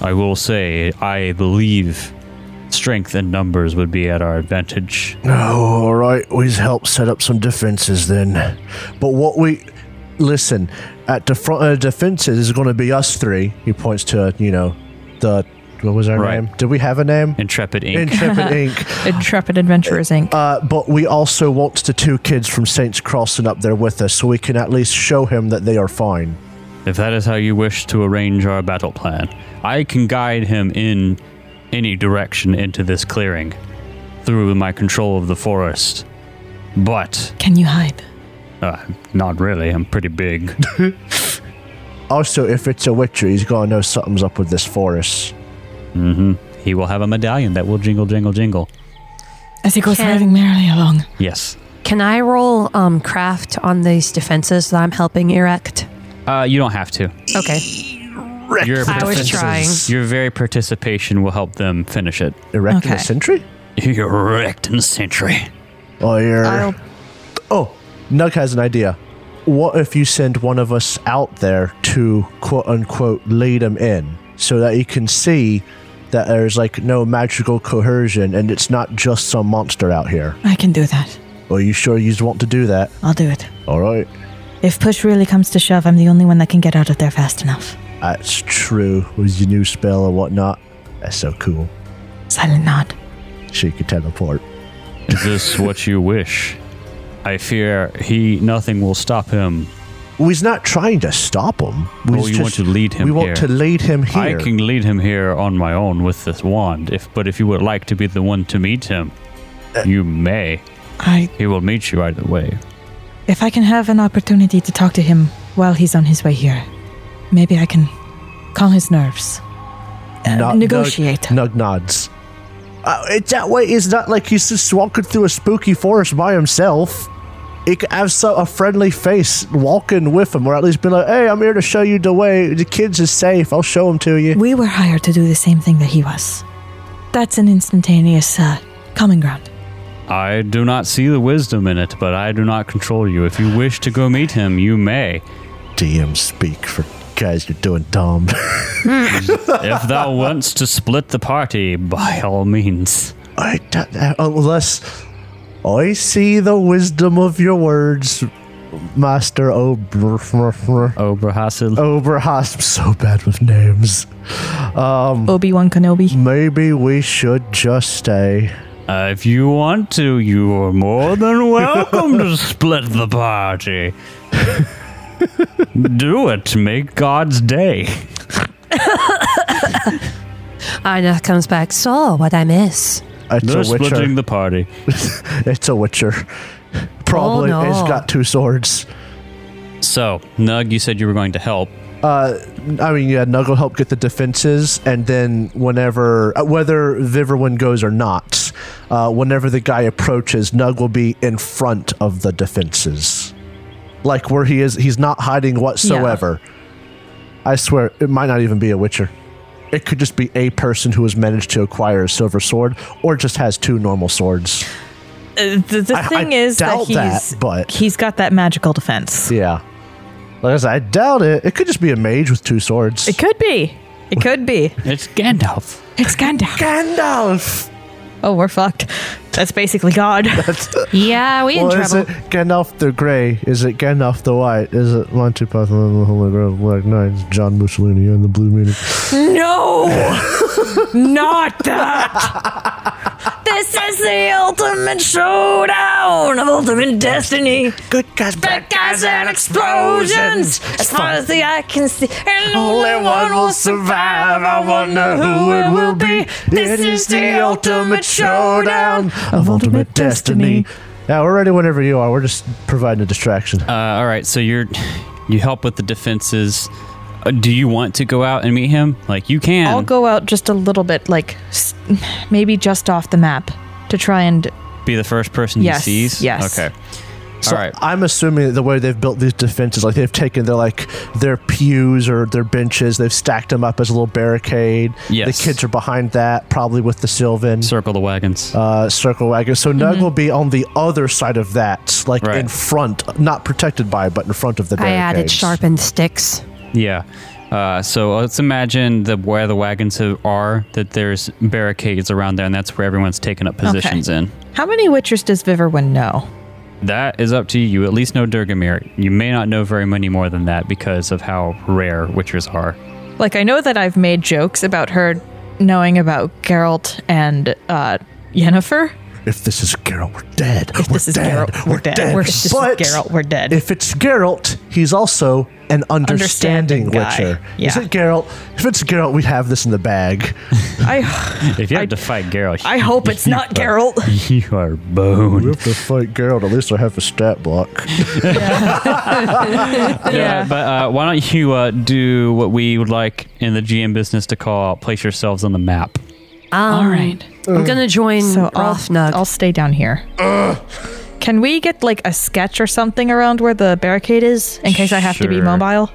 I will say, I believe strength and numbers would be at our advantage.
Oh, all right. We's helped set up some defenses then. But what we listen at the front of the defenses is going to be us three. He points to you know the what was our
Right.
name? Did we have a name?
Intrepid Inc.
[laughs]
Intrepid Inc.
Intrepid Adventurers Inc.
Uh, but we also want the two kids from Saints Crossing up there with us, so we can at least show him that they are fine.
if that is how you wish to arrange our battle plan, I can guide him in any direction into this clearing through my control of the forest. But,
Can you hide?
uh, not really, I'm pretty big.
Also, if it's a witcher, he's gonna know something's up with this forest.
he will have a medallion that will jingle, jingle, jingle.
As he goes
Can-
riding merrily along.
Yes.
Can I roll um, craft on these defenses that I'm helping erect?
Uh, you don't have to.
Okay.
Your,
I was
partic-
trying.
your very participation will help them finish it.
Erecting a
Okay.
sentry?
Erect and sentry.
Oh, you're.
I'll-
Oh, Nug has an idea. What if you send one of us out there to quote unquote lead him in so that you can see that there's like no magical coercion and it's not just some monster out here?
I can do that.
Are you sure you just want to do that?
I'll do it.
All right.
If push really comes to shove, I'm the only one that can get out of there fast enough.
That's true. With your new spell or whatnot. That's so cool.
Silent nod.
She could teleport.
Is this what you wish? I fear he nothing will stop him.
We's not trying to stop him. We
Oh, you want to lead him
We want
here.
to lead him here.
I can lead him here on my own with this wand. If but if you would like to be the one to meet him, you may.
I
He will meet you either way.
if I can have an opportunity to talk to him while he's on his way here, maybe I can calm his nerves. Uh,
Nug-
negotiate.
Nug, nug nods. Uh, it's that way. It's not like he's just walking through a spooky forest by himself. He could have so, a friendly face walking with him, or at least be like, "Hey, I'm here to show you the way. The kids is safe. I'll show them to you."
We were hired to do the same thing that he was. That's an instantaneous uh, common ground.
I do not see the wisdom in it, but I do not control you. If you wish to go meet him, you may.
DM speak for guys you're doing dumb. [laughs]
if thou wants to split the party, by all means.
I don't, unless I see the wisdom of your words, Master Ober.
Oberhassel.
Oberhas, I'm so bad with names. Mm.
Obi Wan Kenobi.
Maybe we should just stay.
Uh, if you want to, you are more [laughs] than welcome to split the party. Do it. Make God's day.
Ina comes back. So what I miss?
It's
They're
a witcher.
splitting the party.
it's a witcher. Probably
no.
it's got two swords.
So, Nug, you said you were going to help.
I mean, yeah, Nuggle help get the defenses, and then whenever, uh, whether Viverwin goes or not, uh, whenever the guy approaches, Nug will be in front of the defenses, like where he is. He's not hiding whatsoever. I swear, it might not even be a Witcher. It could just be a person who has managed to acquire a silver sword, or just has two normal swords.
Uh, the the
I-
thing
I
is that
doubt
he's
that, but-
he's got that magical defense.
Yeah, like I said, I doubt it. It could just be a mage with two swords.
It could be. It could be.
It's Gandalf.
It's Gandalf.
Gandalf.
Oh, we're fucked. That's
[laughs]
basically God.
Yeah, we in
Well, uh, is
trouble.
it Gandalf the Grey? Is it Gandalf the White? Is it Monty Python and the Holy Grail, Black Knights, John Mussolini and the Blue Meaning? [laughs]
no, not that. This is the ultimate showdown of ultimate destiny.
Good guys,
Bad guys and explosions. As far as the eye can see, and only one will survive. I wonder who it will be. This is the ultimate showdown.
of ultimate destiny. Yeah, we're ready whenever you are. We're just providing a distraction.
Uh, all right, so you're you help with the defenses. Uh, do you want to go out and meet him? Like you can.
I'll go out just a little bit, like s- maybe just off the map, to try and
Be the first person
Yes,
he sees.
yes.
Okay.
So
all right.
I'm assuming that the way they've built these defenses, like they've taken their like their pews or their benches, they've stacked them up as a little barricade.
Yes.
The kids are behind that, probably with the Sylvan.
Circle the wagons.
uh, circle wagon. So
Mm-hmm.
Nug will be on the other side of that, like
Right.
in front, not protected by, but in front of the
I
barricades.
added sharpened sticks.
yeah. Uh, so let's imagine the where the wagons have- are. That there's barricades around there, and that's where everyone's taken up positions in.
How many witchers does Viverwin know?
That is up to you. You at least know Durgamir. You may not know very many more than that because of how rare witchers are.
Like, I know that I've made jokes about her knowing about Geralt and uh, Yennefer.
If this is Geralt, we're dead.
If
we're
this is
dead.
Geralt, we're dead. We're- if this is
but
Geralt, we're dead.
If it's Geralt, he's also an understanding,
Understanding guy.
Witcher. Is
Yeah.
it Geralt? If it's Geralt, we have this in the bag.
I,
If you have to fight Geralt,
I hope it's not Geralt.
[laughs] you are boned.
have to fight Geralt. At least I have a stat
[laughs]
block.
Yeah, but uh, why don't you uh, do what we would like in the GM business to call place yourselves on the map?
Um,
All right.
Mm.
I'm gonna join
So I'll,
Rolfnug.
I'll stay down here. Can we get like a sketch or something around where the barricade is in case I have to be
Sure.
mobile?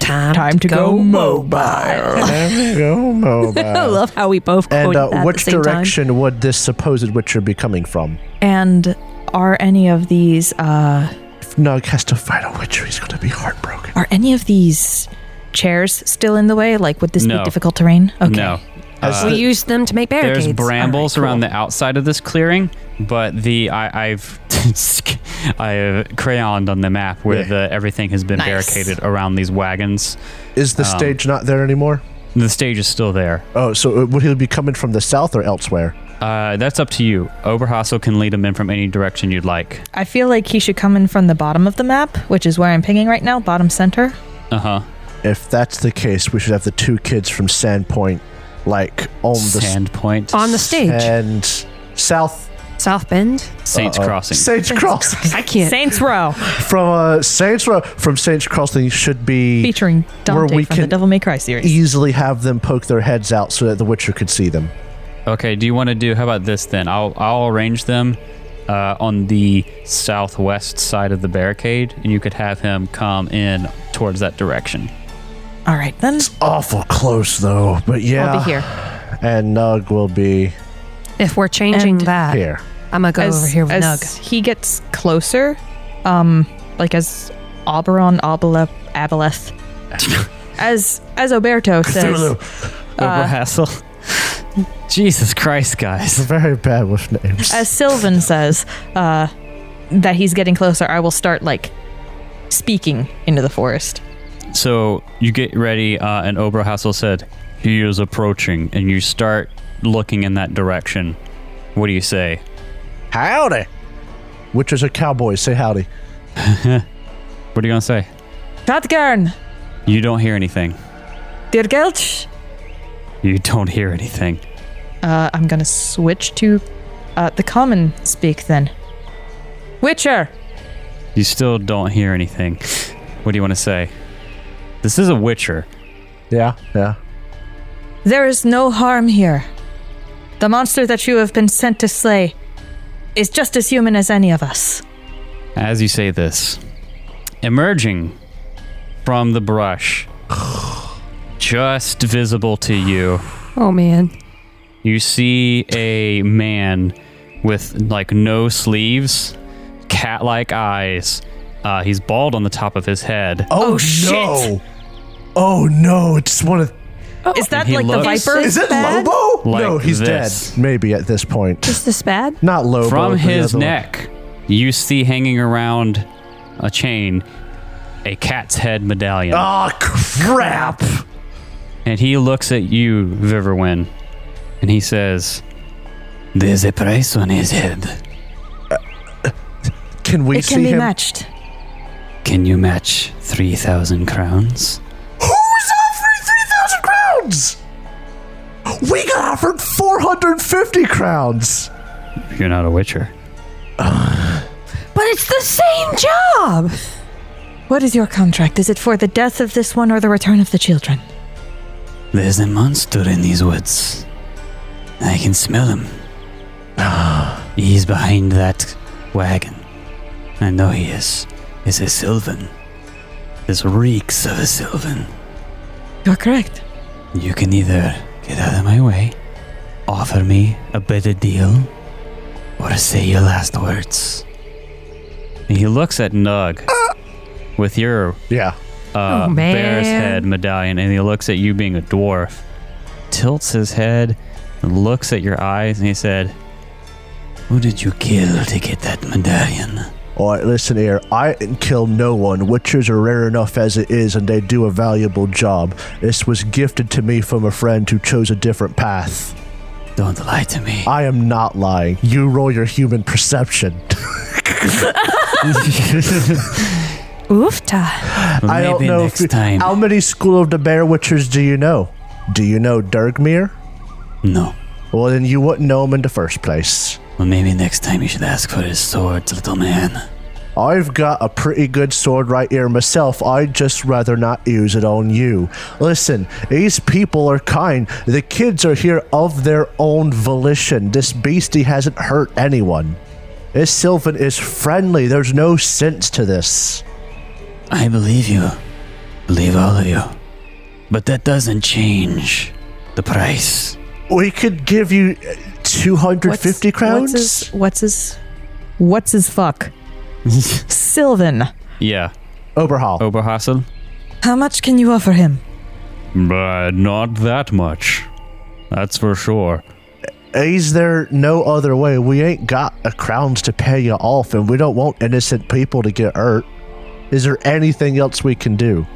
time,
Time to go,
mobile.
there we go,
[laughs] I
mobile.
love how we both
And
quoted
uh,
that
which
at the same
direction would this supposed Witcher be coming from?
[laughs] And are any of these uh
If Nug has to fight a Witcher, he's going to be heartbroken.
are any of these chairs still in the way? Like would this
No.
be difficult terrain? Okay.
No.
As
Time.
the-
We used them to make barricades.
There's brambles
All right,
around the outside of this clearing, but the I, I've [laughs] I've crayoned on the map where
Yeah.
the everything has been
Nice.
barricaded around these wagons.
Is the stage not there anymore?
The stage is still there.
Um, Oh, so would he be coming from the south or elsewhere?
Uh, that's up to you. Oberhassel can lead them in from any direction you'd like.
I feel like he should come in from the bottom of the map, which is where I'm pinging right now, bottom center.
Uh huh.
If that's the case, we should have the two kids from Sandpoint, like on the
Sandpoint,
cool. on the stage,
and south
South Bend.
Saints Crossing.
Saints [laughs] Crossing.
I can't.
[laughs]
Saints Row,
from uh, Saints Row, from Saints Crossing should be
featuring
Where
Dante
we
from the
can
Devil May Cry series.
easily have them poke their heads out so that the Witcher could see them.
Okay, do you want to do? How about this then? I'll I'll arrange them uh, on the southwest side of the barricade, and you could have him come in towards that direction.
All right, then
Awful close though, but yeah.
I'll be here.
And Nug will be
If we're changing
And-
that,
here.
I'm gonna go over here with
as
Nug.
He gets closer, um, like as Oberon Obeleth,
[laughs]
Abeleth. As as Oberto says,
Over hassle. Uh, [laughs] Jesus Christ, guys.
Very bad with names.
as Sylvan says, uh, that he's getting closer. I will start like speaking into the forest.
So
You get ready, uh, and Oberhassel said, He is approaching, and you start looking in that direction. What do you say?
howdy. Which is a cowboy. Say howdy.
What are you going to say?
Tatgarn,
You don't hear anything.
Dir Gelch.
You don't hear anything.
Uh, I'm gonna switch to uh, the common speak then. Witcher,
You still don't hear anything. What do you want to say? This is a Witcher.
Yeah, yeah.
there is no harm here. The monster that you have been sent to slay is just as human as any of us.
As you say this, emerging from the brush, [sighs] just visible to you,
Oh man.
you see a man with like no sleeves, cat like eyes. Uh, he's bald on the top of his head.
Oh,
shit.
no. Oh no! It's one of.
is that
he
like the
looks-
viper?
Is it
bad?
Lobo?
Like
no, he's
this.
dead. Maybe at this point.
Is this bad?
Not Lobo.
From
but the
his
other one.
neck, you see hanging around a chain a cat's head medallion.
Ah, crap!
And he looks at you, Viverwin, and he says, There's a price on his head.
Can we
It
see
can be
him?
matched.
Can you match 3,000 crowns?
Who's offering three thousand crowns? We got offered four hundred fifty crowns.
You're not a witcher.
But it's the same job.
What is your contract? Is it for the death of this one or the return of the children?
There's a monster in these woods. I can smell him. He's behind that wagon. I know he is. It's a Sylvan. This reeks of a Sylvan.
You're correct.
You can either get out of my way, offer me a better deal, or say your last words. And he looks at Nug
Ah.
with your
Yeah.
uh,
Oh, man.
bear's head medallion, and he looks at you being a dwarf, tilts his head, and looks at your eyes, and he said, "Who did you kill to get that medallion?"
All right, listen here. I didn't kill no one. Witchers are rare enough as it is, and they do a valuable job. This was gifted to me from a friend who chose a different path.
Don't lie to me.
I am not lying. You roll your human perception.
[laughs]
[laughs]
Oofta.
Maybe
I don't know
next
if,
time.
how many School of the Bear Witchers do you know? Do you know Dergmere?
no.
Well, then you wouldn't know him in the first place.
Well, maybe next time you should ask for his sword, little man.
I've got a pretty good sword right here myself. I'd just rather not use it on you. Listen, these people are kind. The kids are here of their own volition. This beastie hasn't hurt anyone. This Sylvan is friendly. There's no sense to this.
I believe you. Believe all of you. But that doesn't change the
[laughs]
price. [laughs]
We could give you uh, 250 crowns?
What's his? What's his? What's his fuck? Sylvan,
Yeah.
Oberhall.
Oberhassel?
how much can you offer him?
But not that much. That's for sure.
Is there no other way? We ain't got a crowns to pay you off, and we don't want innocent people to get hurt. Is there anything else we can do?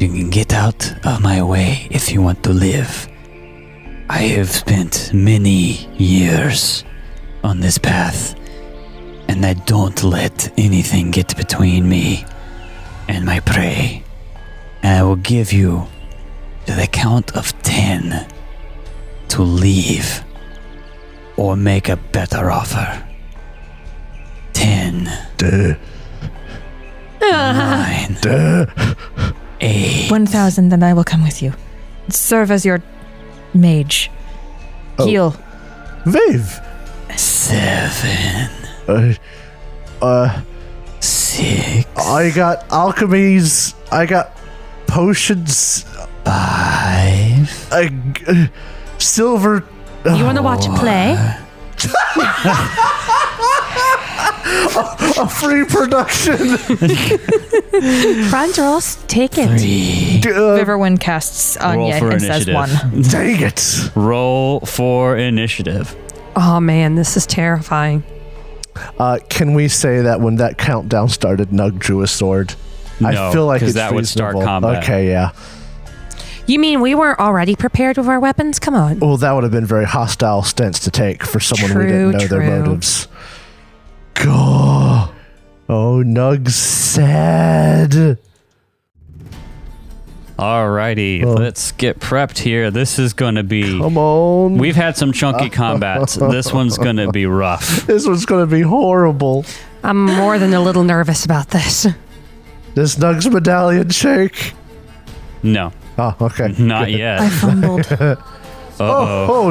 You can get out of my way if you want to live. I have spent many years on this path, and I don't let anything get between me and my prey. And I will give you to the count of ten to leave or make a better offer. Ten. Nine. Eight.
One thousand, and I will come with you. Serve as your mage.
Oh.
Heal.
Viv!
Seven,
Uh,
six,
I got alchemies. I got potions.
five.
I, uh, silver.
Oh, You want to watch a play?
A free production. [laughs]
Front rolls, take it.
Duh,
Viverwin casts
Roll
Anya
for
and says
initiative.
one.
Uh, dang it.
Roll for initiative.
Oh man, this is terrifying.
Uh, can we say that when that countdown started, Nug drew a sword? I
No,
feel like
'cause
it's
that would start
reasonable.
combat.
Okay, yeah.
You mean we weren't already prepared with our weapons? Come on.
Well, that would have been very hostile stance to take for someone we
True,
didn't know
true.
their motives. Gah. Oh, Nug's sad.
Alrighty, let's get prepped here. This is going to be.
Come on.
We've had some chunky combats.
[laughs]
This one's going to be rough.
this one's going to be horrible.
I'm more than a little nervous about this.
Does Nug's medallion shake?
No,
Oh, okay.
not yet.
I fumbled.
Uh-oh.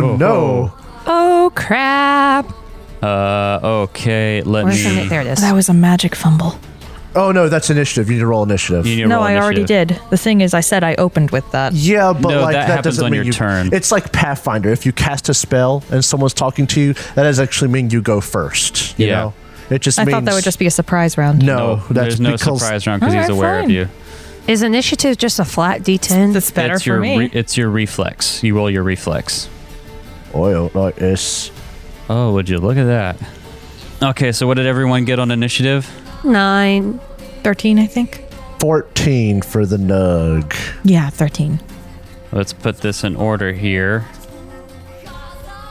Oh, no.
oh crap!
Uh, okay, let
Where's
me.
the, there it is.
That was a magic fumble.
Oh, no, that's initiative. You need to roll initiative.
You need to
No,
roll
I already
initiative.
did. The thing is, I said I opened with that.
Yeah, but
No,
like
that
that,
happens
doesn't
on
mean
your
you.
turn.
It's like Pathfinder. If you cast a spell and someone's talking to you, that does actually mean you go first. You
Yeah.
know? it just
I
means
thought that would just be a surprise round.
no. that's
there's no
because
surprise round because he's
Alright,
aware of
fine.
you.
Is initiative just a flat D10?
That's better
it's
for
your
me.
Re- it's your reflex. You roll your reflex.
oil like this.
Oh, would you look at that? Okay, so what did everyone get on initiative?
Nine.
13, I think.
Fourteen for the nug.
Yeah, 13.
Let's put this in order here.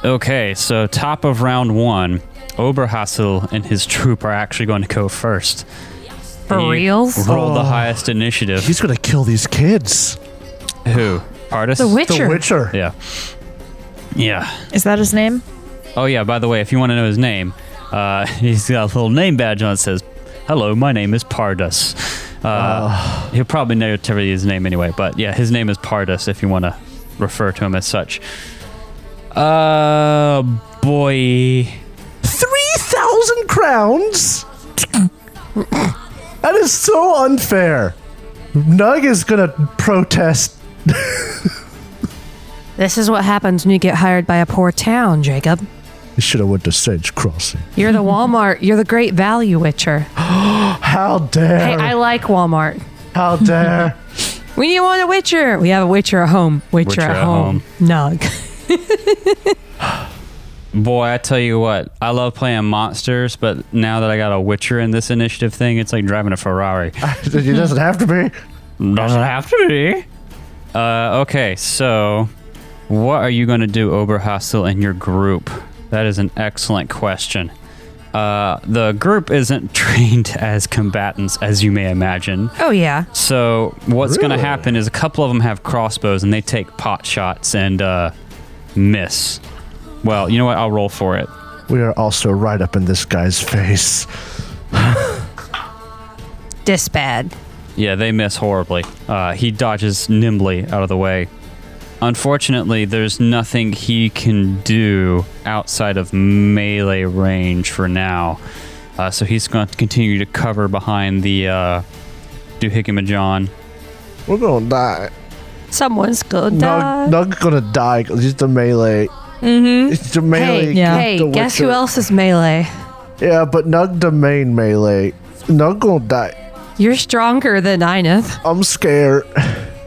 Okay, so top of round one, Oberhassel and his troop are actually going to go first.
For
He
reals?
Roll
Oh.
the highest initiative.
He's gonna kill these kids.
Who? Partis?
The Witcher.
The Witcher.
Yeah. Yeah.
Is that his name?
Oh yeah. By the way, if you want to know his name, uh, [laughs] he's got a little name badge on. It says, "Hello, my name is Pardus." Uh, He'll probably know to read his name anyway, but yeah, his name is Pardus. If you want to refer to him as such. Uh, boy.
Three thousand crowns. that is so unfair. Nug is gonna protest.
This is what happens when you get hired by a poor town, Jacob.
He should have went to Sage Crossing.
You're [laughs] the Walmart. You're the great value witcher.
How dare!
Hey, I like Walmart.
how dare! [laughs]
We need one a witcher. We have a witcher at home. Witcher,
Witcher
at,
at
home. Nug.
Boy, I tell you what, I love playing monsters, but now that I got a Witcher in this initiative thing, it's like driving a Ferrari.
it doesn't have to be.
Doesn't have to be. Uh, okay, so what are you going to do, Oberhostel, and your group? That is an excellent question. Uh, the group isn't [laughs] trained as combatants, as you may imagine.
Oh yeah.
So what's going
Really?
to happen is a couple of them have crossbows, and they take pot shots and uh, miss. Well, you know what? I'll roll for it.
We are also right up in this guy's face.
This bad.
Yeah, they miss horribly. Uh, he dodges nimbly out of the way. Unfortunately, there's nothing he can do outside of melee range for now. Uh, so he's going to continue to cover behind the uh, Duhikimajon.
We're gonna die.
Someone's good.
Nug, Nug gonna die because he's the melee. Mm-hmm. It's the melee.
Hey,
Yeah.
hey,
the
guess who
Witcher.
else is melee?
Yeah, but Nug the main melee. Nug gonna die.
You're stronger than Ineth.
I'm scared.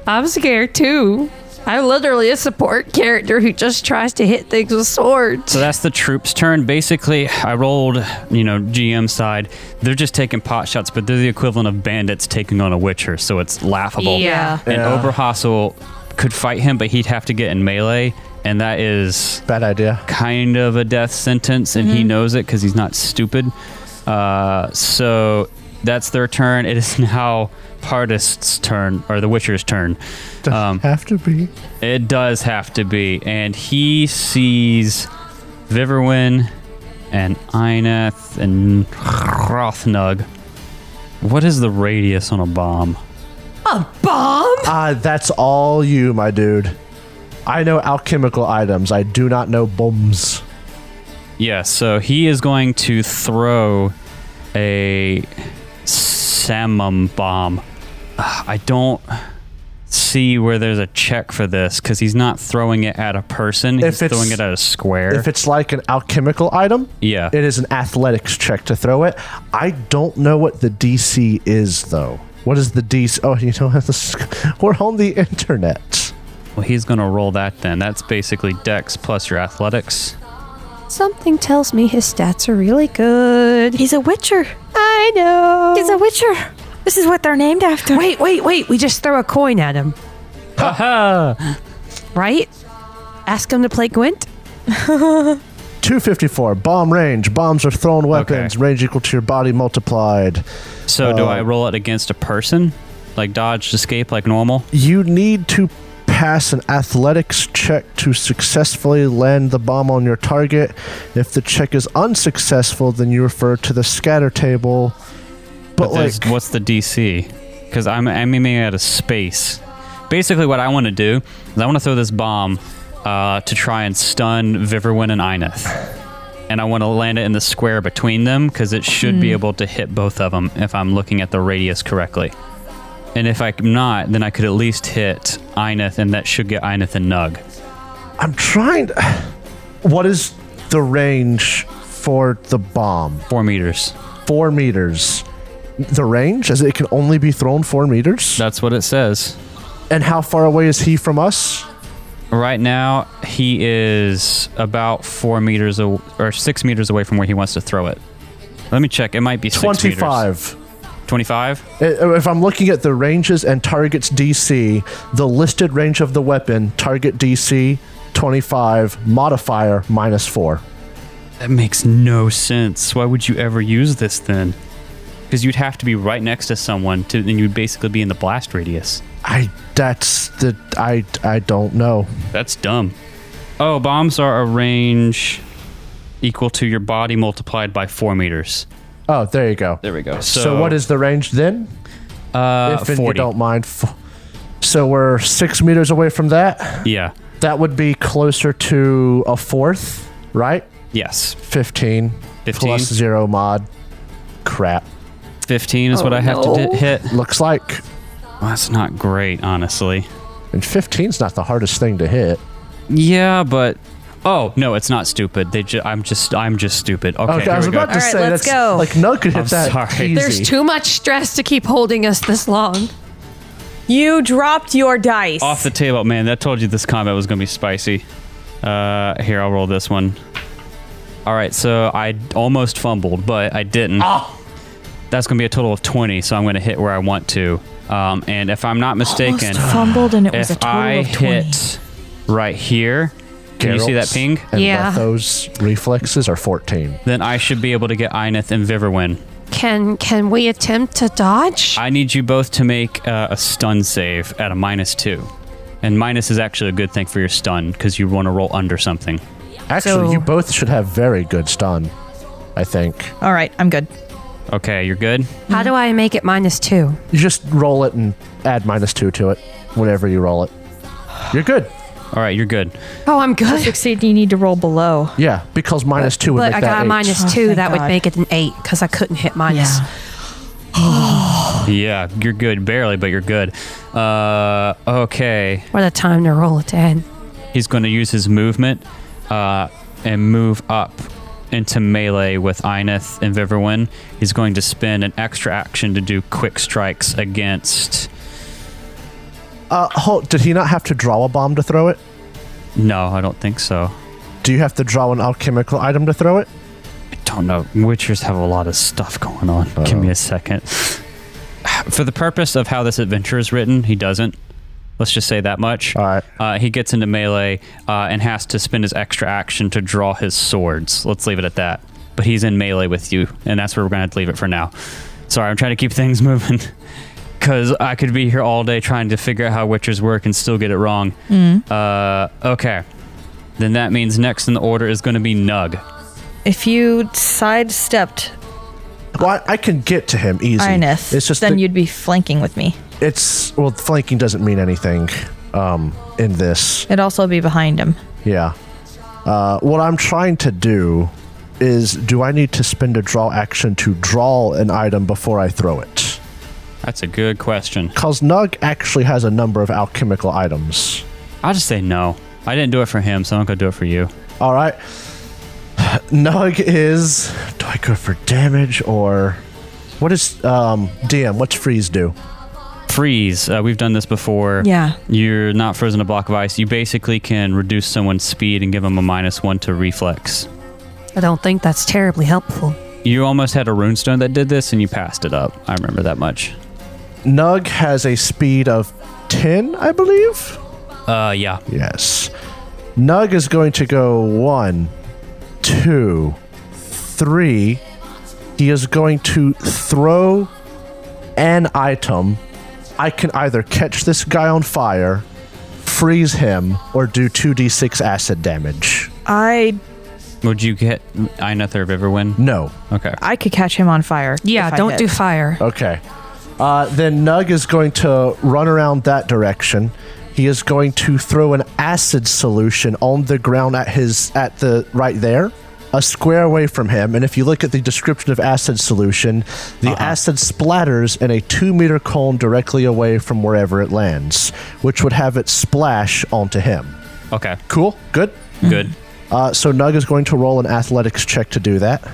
I'm scared too. I'm literally a support character who just tries to hit things with swords.
So that's the troops' turn. Basically, I rolled, you know, GM side. They're just taking pot shots, but they're the equivalent of bandits taking on a Witcher, so it's laughable.
Yeah.
And
Yeah.
Oberhassel could fight him, but he'd have to get in melee, and that is
Bad idea.
kind of a death sentence, and he knows it because he's not stupid. Uh, so that's their turn. It is [laughs] now Partist's turn, or the Witcher's turn. Um,
Have to be.
it does have to be. And he sees Viverwin and Ineth and Rothnug. What is the radius on a bomb?
Bomb?
Ah, that's all you, my dude. I know alchemical items. I do not know bombs.
Yeah, so he is going to throw a Samum bomb. Ah, I don't. see where there's a check for this because he's not throwing it at a person.
If
he's
it's-
throwing it at a square.
If it's like an alchemical item,
Yeah.
it is an athletics check to throw it. I don't know what the DC is though. What is the DC? Oh, [laughs] you know, this [laughs] we're on the internet.
well, he's gonna roll that then. That's basically Dex plus your athletics.
Something tells me his stats are really good.
He's a witcher.
I know.
He's a witcher. This is what they're named after.
wait, wait, wait. We just throw a coin at him, right? Ask him to play Gwent.
254 bomb range. Bombs are thrown weapons.
Okay.
Range equal to your body multiplied.
So do I roll it against a person? Like dodge, escape, like normal?
You need to pass an athletics check to successfully land the bomb on your target. If the check is unsuccessful, then you refer to the scatter table. But,
there's-
like,
what's the DC? Because I'm, I'm aiming at a space. Basically, what I want to do is I want to throw this bomb uh, to try and stun Viverwin and Ineth. And I want to land it in the square between them because it should be able to hit both of them if I'm looking at the radius correctly. And if I'm not, then I could at least hit Ineth, and that should get Ineth and Nug.
I'm trying. To, what is the range for the bomb?
Four meters.
Four meters. The range? As it can only be thrown four meters?
That's what it says.
And how far away is he from us?
Right now, he is about four meters aw- or six meters away from where he wants to throw it. Let me check. It might be six meters.
25.
Twenty-five.
Uh, If I'm looking at the ranges and targets DC, the listed range of the weapon, target DC, 25, modifier, minus 4.
That makes no sense. Why would you ever use this then? Because you'd have to be right next to someone, to, and you'd basically be in the blast radius.
I, that's the, I, I don't know.
That's dumb. Oh, bombs are a range equal to your body multiplied by four meters.
Oh, there you go.
There we go.
So,
So,
what is the range then?
uh,
if you
forty?
don't mind. F- so we're six meters away from that.
Yeah.
That would be closer to a fourth, right?
Yes.
15,
15?
plus zero mod. Crap.
Fifteen is what I have to
no.
di- hit.
Looks like.
Well, that's not great, honestly.
And 15's not the hardest thing to hit.
Yeah, but oh no, it's not stupid. They ju- I'm just I'm just stupid. Okay,
Okay,
here
I was
we go.
about to
All right,
say
let's
that's
go.
like Nug could hit
I'm
that
sorry.
easy.
There's too much stress to keep holding us this long.
You dropped your dice.
Off the table, man. That told you this combat was gonna be spicy. Uh, here I'll roll this one. All right, so I d- almost fumbled, but I didn't.
Ah!
That's gonna be a total of twenty, so I'm gonna hit where I want to. Um, and if I'm not mistaken,
Almost fumbled and it was a
if
total
I
of 20.
hit right here, can you see that
Geralt's
ping?
And
Yeah.
Letho's reflexes are 14.
Then I should be able to get Ineth and Viverwin.
Can can we attempt to dodge?
I need you both to make uh, a stun save at a minus two. And minus is actually a good thing for your stun because you want to roll under something.
Actually,
So-
you both should have very good stun, I think.
All right, I'm good.
Okay, you're good?
How do I make it minus two?
You just roll it and add minus two to it whenever you roll it. You're good.
All right, you're good.
Oh, I'm
To
good.
succeed, you need to roll below.
Yeah, because minus two would
But
make
I
that
got a
eight.
minus
Oh,
two.
thank
that
God.
would make it an eight because I couldn't hit minus.
Yeah, you're good. Barely, but you're good. Uh, okay,
What a time to roll a ten.
he's going to use his movement uh, and move up into melee with Ineth and Viverwin. He's going to spend an extra action to do quick strikes against.
Uh, hold, did he not have to draw a bomb to throw it?
No, I don't think so.
Do you have to draw an alchemical item to throw it?
don't know. Witchers have a lot of stuff going on. Give me a second. For the purpose of how this adventure is written, he doesn't. Let's just say that much.
All right.
Uh, he gets into melee uh, and has to spend his extra action to draw his swords. Let's leave it at that. But he's in melee with you, and that's where we're going to leave it for now. Sorry, I'm trying to keep [laughs] things moving because I could be here all day trying to figure out how witchers work and still get it wrong.
Mm-hmm.
Uh, okay. Then that means next in the order is going to be Nug.
If you sidestepped
Well, I, I can get to him easy.
Ineth,
It's just
then
the-
you'd be flanking with me.
It's well, flanking doesn't mean anything um, in this.
It'd also be behind him.
Yeah. Uh, what I'm trying to do is do I need to spend a draw action to draw an item before I throw it?
That's a good question.
Because Nug actually has a number of alchemical items.
I'll just say no. I didn't do it for him, so I'm not gonna do it for you.
All right. [sighs] Nug is. Do I go for damage or. What is. Um, DM, what's freeze do?
Freeze. Uh, we've done this before.
Yeah.
You're not frozen to block of ice. You basically can reduce someone's speed and give them a minus one to reflex.
I don't think that's terribly helpful.
You almost had a runestone that did this, and you passed it up. I remember that much.
Nug has a speed of 10, I believe.
Uh, yeah.
Yes. Nug is going to go one, two, three. He is going to throw an item. I can either catch this guy on fire, freeze him, or do 2d6 acid damage.
I
Would you get Inether of Everwind?
No.
Okay.
I could catch him on fire.
Yeah,
if I
don't
hit.
do fire.
Okay. Uh, then Nug is going to run around that direction. He is going to throw an acid solution on the ground at his at the right there, a square away from him. And if you look at the description of acid solution, the acid splatters in a two meter cone directly away from wherever it lands, which would have it splash onto him.
Okay.
Cool. Good.
Good.
Uh, so Nug is going to roll an athletics check to do that.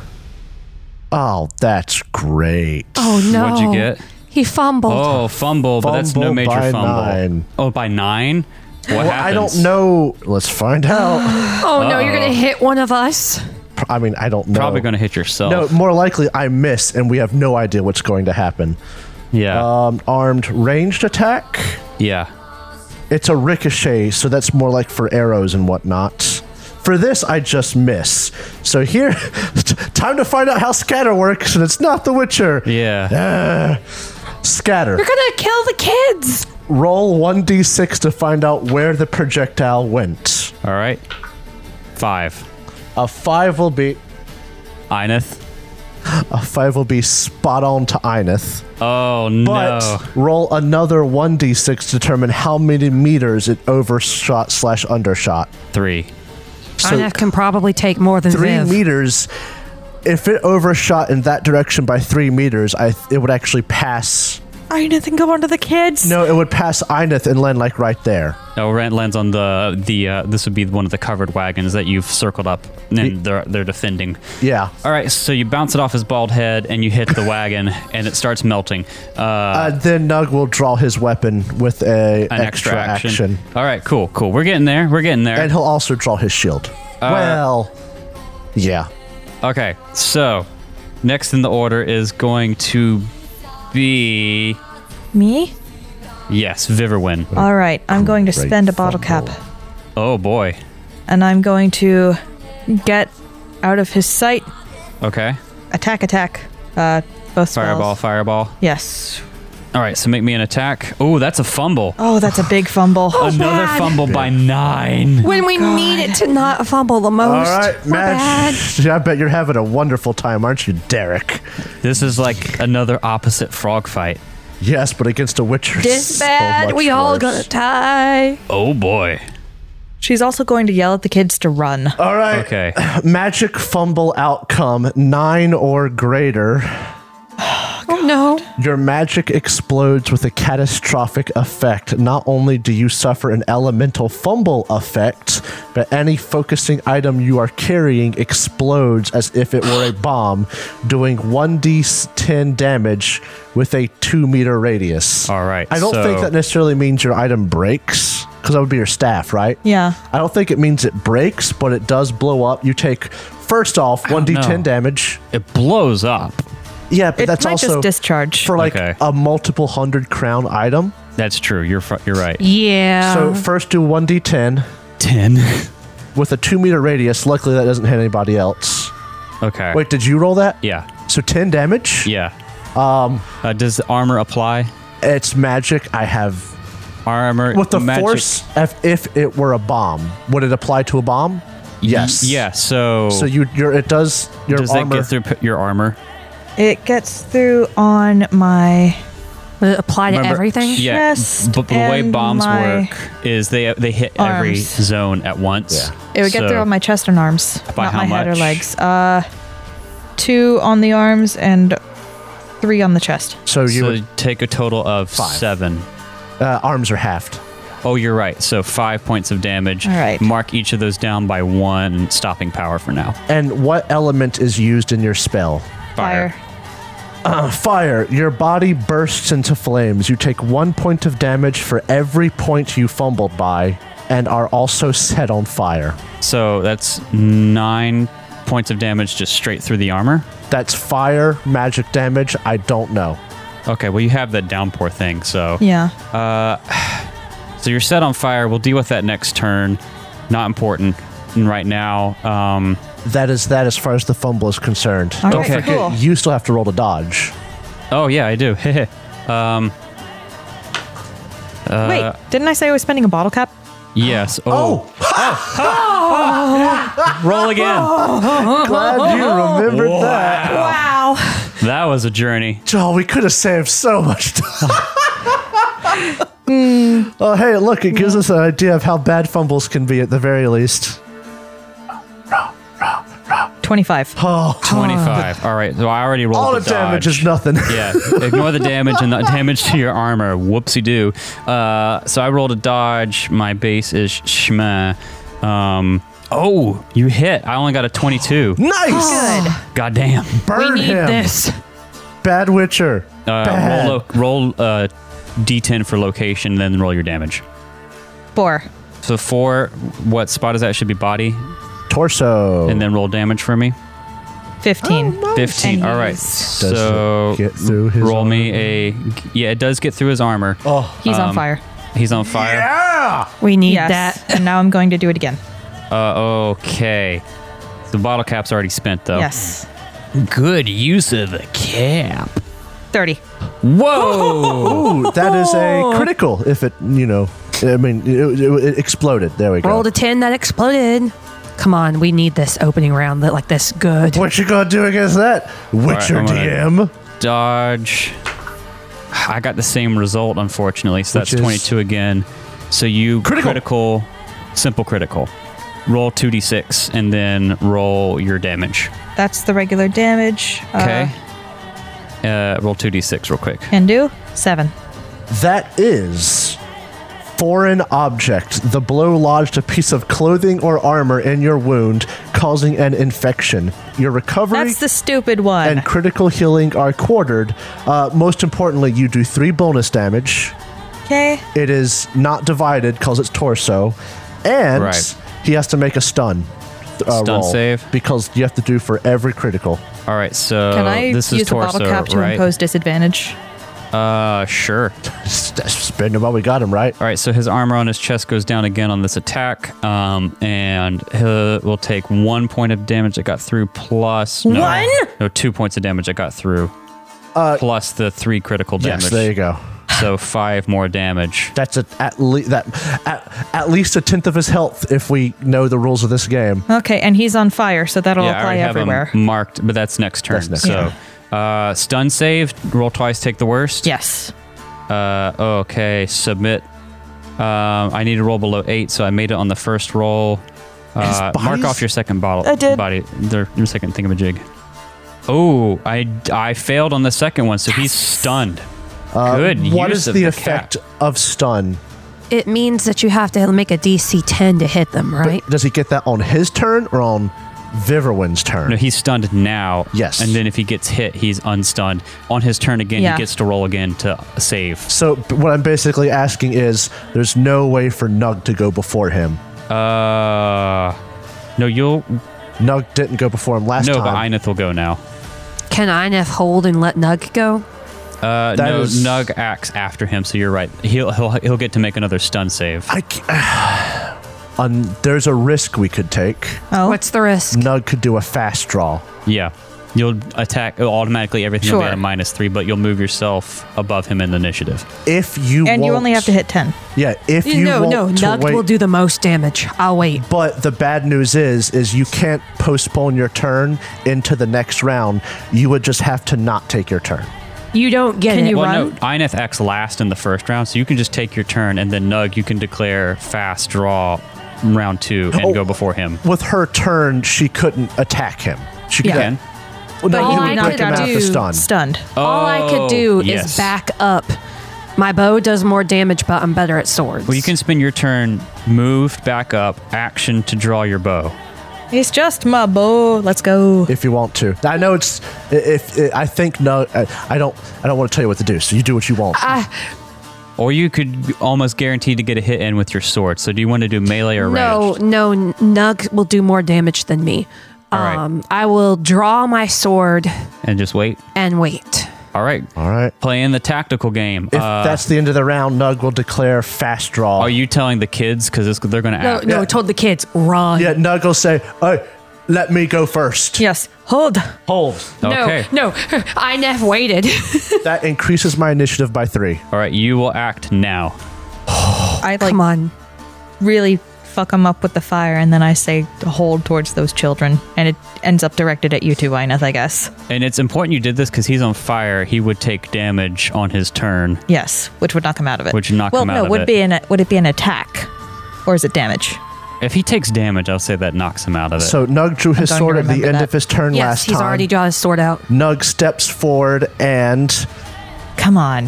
Oh, that's great.
Oh no.
What'd you get?
He fumbled.
Oh, fumble, but that's no
Fumble
major
by
fumble.
nine.
Oh, by nine? What
Well, I
happens?
don't know. Let's find out.
[gasps]
Oh, no, you're going to hit one of us.
I mean, I don't know.
Probably going to hit yourself.
No, more likely I miss, and we have no idea what's going to happen.
yeah.
Um, armed ranged attack.
yeah.
It's a ricochet, so that's more like for arrows and whatnot. For this, I just miss. So here, [laughs] time to find out how scatter works, and it's not The Witcher. Ah.
Yeah.
Scatter.
You're going to kill the kids.
Roll one d6 to find out where the projectile went.
All right. Five.
A five will be
Ineth.
a five will be spot on to Ineth.
Oh, no.
but roll another 1d6 to determine how many meters it overshot slash undershot
Three.
So-
Arnav can probably take more than
three
Viv.
meters if it overshot in that direction by three meters I it would actually pass
I nothing go on to the kids.
no it would pass Ineth and land like right there
Oh, Rent lands on the the. Uh, this would be one of the covered wagons that you've circled up, and they're they're defending.
yeah
All right, so you bounce it off his bald head, and you
[laughs]
hit the wagon, and it starts melting. Uh,
uh, then Nug will draw his weapon with a
an extra,
extra, action.
All right, cool, cool. We're getting there. We're getting there. Uh,
and he'll also draw his shield well yeah
okay, so next in the order is going to be
Me?
yes, Viverwin.
All right, I'm going to
Great
spend a bottle cap,
fumble.
Oh boy.
and I'm going to get out of his sight.
Okay.
Attack, attack. Uh, both spells.
Fireball, fireball.
Yes.
All right, so make me an attack. Oh, that's a fumble.
Oh, that's a big [laughs] fumble.
Another
bad.
fumble by nine.
When we need it to not fumble the most.
all right
we're bad.
Matt [laughs] I bet you're having a wonderful time aren't you Derek
This is like another opposite frog fight.
Yes, but against a witcher.
This bad. we all
got
going to die.
Oh boy.
She's also going to yell at the kids to run.
All right.
Okay.
[clears throat] Magic fumble outcome nine or greater.
Oh, no.
Your magic explodes with a catastrophic effect. Not only do you suffer an elemental fumble effect, but any focusing item you are carrying explodes as if it
[sighs]
were a bomb, doing 1d10 damage with a 2 meter radius.
All right,
I don't think
so-
that necessarily means your item breaks, because that would be your staff, right?
Yeah.
I don't think it means it breaks, but it does blow up. You take, first off, 1d10
know.
damage.
It blows up.
Yeah, but
It
that's
might
also
just discharge.
for like
Okay.
a multiple hundred crown item.
That's true. You're fu- you're right.
Yeah.
so first do 1d10
Ten.
with a 2 meter radius. Luckily, that doesn't hit anybody else.
Okay.
Wait, did you roll that?
Yeah.
So 10 damage?
Yeah. Um. does the armor apply?
It's magic. I have.
Armor
With the
magic-
force, if, if it were a bomb, would it apply to a bomb? Yes.
Yeah. So.
So you, your it does your
does
armor.
that get through p- your armor?
It gets through on my.
Will it apply to
Remember-
everything?
Yeah.
Chest
But the way
and
bombs
my
work is they they hit every
arms.
zone at once.
Yeah.
It would get
So-
through on my chest and arms,
By
not
how
my head or
much?
legs. Uh, two on the arms and
three on the chest.
So you
so
would,
take a total of seven.
uh, arms are halved.
Oh, you're right. So five points of damage.
All right.
Mark each of those down by one stopping power for now.
And what element is used in your spell?
Fire.
Fire. Your body bursts into flames. You take one point of damage for every point you fumbled by, and are also set on fire.
So that's nine points of damage just straight through the armor.
That's fire magic damage. I don't know.
Okay, well you have that downpour thing, so
Yeah.
so you're set on fire. We'll deal with that next turn. Not important And right now. Um,
That is that as far as the fumble is concerned.
All
don't
right,
forget,
cool.
you still have to roll to dodge.
oh yeah, I do. [laughs] um, Uh,
Wait, didn't I say I was spending a bottle cap?
yes. Oh, [laughs] roll again.
Glad you remembered that.
Wow.
That was a journey.
Oh, we could have saved so much time.
Hmm.
Oh, hey, look, it gives us an idea of how bad fumbles can be at the very least.
25.
Oh.
Twenty-five. All right. So I already rolled.
Oh, All the
the
damage
dodge.
is nothing.
yeah, ignore the damage and the [laughs] damage to your armor. Whoopsie doo. Uh, so I rolled a dodge. My base is shma. Um, oh, you hit. I only got a 22.
[laughs] Nice!
Goddamn.
Burn
we need
him.
this.
Bad Witcher.
Uh,
Bad.
roll lo- roll uh, d10 for location, then roll your damage.
Four.
So four. What spot is that? Should be body,
Torso.
and then roll damage for me.
Oh,
15.
Fifteen.
And
All right.
he's-
Oh, Does it
So
get through his
roll me a. Yeah, it does get through his armor.
Oh.
He's on
Um,
fire.
He's on fire.
We need
Yes.
that.
And now I'm going to do it again.
Uh, okay. The bottle cap's already spent though.
Yes.
Good use of the cap.
30.
Whoa!
Ooh, that is
Oh.
a critical if it, you know, I mean, it, it- it exploded. There we go.
Rolled a 10 that exploded. Come on, we need this opening round that like this good.
what you gonna do against that? Witcher
I'm gonna-
DM.
[laughs] Dodge. I got the same result, unfortunately. So
Which
that's
is-
22 again. So you
Critical.
critical, simple critical. Roll 2d6 and then roll your damage.
That's the regular damage.
Okay. Uh, roll 2d6 real quick.
Can do. Seven.
That is foreign object. The blow lodged a piece of clothing or armor in your wound, causing an infection. Your recovery
That's the stupid one.
and critical healing are quartered. Uh, most importantly, you do three bonus damage.
okay.
It is not divided because it's torso, and
Right.
he has to make a stun. Uh,
Stun
roll
save.
because you have to do for every critical.
All right, so
Can I
Oh, this
use
is
the
torso,
bottle cap to
right?
impose disadvantage?
Uh, sure.
Spend him while we got him, right?
All right, so his armor on his chest goes down again on this attack, um, and he will take one point of damage that got through, plus no,
One?
no two points of damage that got through, plus the three critical damage.
Uh, Yes, there you go.
So five more damage.
That's a, at least that at, at least a tenth of his health if we know the rules of this game.
Okay, and he's on fire, so that'll
yeah, I
apply
already have
everywhere.
him marked, but that's next turn.
That's next
so uh, stun save, roll twice, take the worst.
Yes.
Uh, okay, submit. Um, I need to roll below eight, so I made it on the first roll. Uh, mark
bodies-
off your second bottle.
I did.
Body, their, your second thingamajig. Oh, I, I failed on the second one, so he's stunned. Good.
Uh, What
use
is
of
the
cap.
effect of stun?
It means that you have to make a DC 10 to hit them, right?
Does he get that on his turn or on Viverwin's turn?
No, he's stunned now.
Yes.
And then if he gets hit, he's unstunned. On his turn again,
Yeah.
he gets to roll again to save.
so b- what I'm basically asking is, there's no way for Nug to go before him.
Uh, no, you'll
Nug didn't go before him last
no,
time.
but Eineth will go now.
Can Inef hold and let Nug go?
Uh,
That
no,
is-
Nug acts after him, so you're right. He'll he'll he'll get to make another stun save.
I ca- [sighs] Un- there's a risk we could take.
Oh,
What's the risk?
Nug could do a fast draw.
Yeah. You'll attack oh, automatically. Everything will be
Sure.
at a minus three, but you'll move yourself above him in the initiative.
If you
and you
want-
only have to hit 10.
Yeah, if you
no,
want
no,
to
Nug
wait-
will do the most damage. I'll wait.
But the bad news is, is you can't postpone your turn into the next round. You would just have to not take your turn.
You don't get
Can
it.
you
well,
run?
no, Ineth acts last in the first round, so you can just take your turn, and then Nug, you can declare fast draw round two and
Oh.
go before him.
With her turn, she couldn't attack him. She
You
could
can.
Well, no,
But
he
all
would
I
break
could
him out
do-
the stun.
Stunned.
Oh,
All I could do is back up. My bow does more damage, but I'm better at swords.
Well, you can spend your turn, move back up, action to draw your bow.
It's just my bow. Let's go.
If you want to, I know it's. If, if I think no, I, I don't. I don't want to tell you what to do. So you do what you want.
Or you could almost guarantee to get a hit in with your sword. So do you want to do melee or
No,
ranged?
no, N- Nug will do more damage than me.
All right.
Um, I will draw my sword
And just wait.
and wait.
All right.
All right.
Playing the tactical game.
If
Uh, Oh,
that's the end of the round, Nug will declare fast draw.
are you telling the kids? Because they're going to
No,
act.
no,
Uh, Yeah.
told the kids, run.
yeah, Nug will say, "Oh, let me go first.
Yes. Hold.
Hold.
Okay.
No, [laughs] no, I nev waited.
that increases my initiative by three.
All right. You will act now.
I like
Come on.
really fuck them up with the fire, and then I say hold towards those children, and it ends up directed at you two, Ineth, I guess.
And it's important you did this because he's on fire. He would take damage on his turn.
Yes, which would knock him out of it.
Which would knock
well,
him out
no,
of
would
it.
be an would it be an attack, or is it damage?
If he takes damage, I'll say that knocks him out of it.
So Nug drew his
I'm going
sword
to
at the
remember
end
that.
of his turn
Yes,
last
he's
time.
already drawn his sword out.
Nug steps forward and
Come on.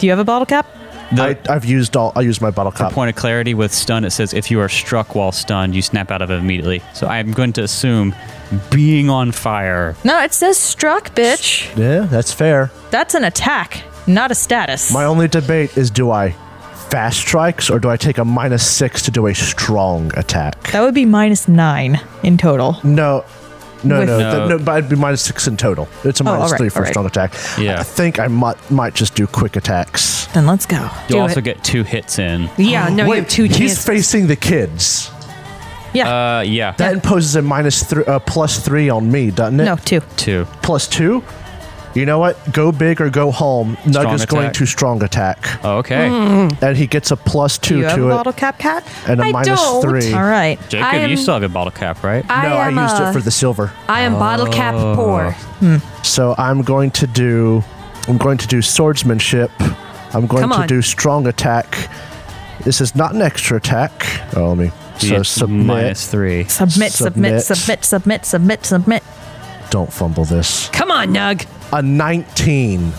Do you have a bottle cap?
the
I, I've used all. I used my bottle cup.
point of clarity with stun, it says if you are struck while stunned, you snap out of it immediately. So I'm going to assume being on fire.
No, it says struck, bitch.
Yeah, that's fair.
That's an attack, not a status.
My only debate is: do I fast strikes or do I take a minus six to do a strong attack?
that would be minus nine in total.
No. No,
With-
no,
No.
th- no, but it'd be minus six in total. It's a
Oh,
minus
alright,
three for
alright.
strong attack.
Yeah.
I think I might might just do quick attacks.
Then let's go.
You'll
Do
also
it.
get two hits in.
Oh,
Yeah, no, you have two
he's
chances.
facing the kids.
Uh, yeah,
That imposes a minus three, uh, plus three on me, doesn't it?
No, two.
two.
Plus two. You know what? Go big or go home. Nug
Strong
is going
attack.
to strong attack,
Mm-hmm.
Okay,
Mm,
and he gets a plus two
Do you have a
to it
bottle cap, cat?
and a
I
minus
don't.
three.
All right.
Jacob,
I
you
am-
still have a bottle cap, right?
I
No, I,
am,
used
uh,
it for the silver,
I am bottle cap
Oh.
poor.
so I'm going to do. I'm going to do swordsmanship. I'm going
Come
to
on.
do strong attack. This is not an extra attack. Oh, let me.
You
So
get
submit.
minus three.
Submit, submit,
Submit.
submit, submit, submit, submit.
Don't fumble this.
Come on, Nug.
A 19.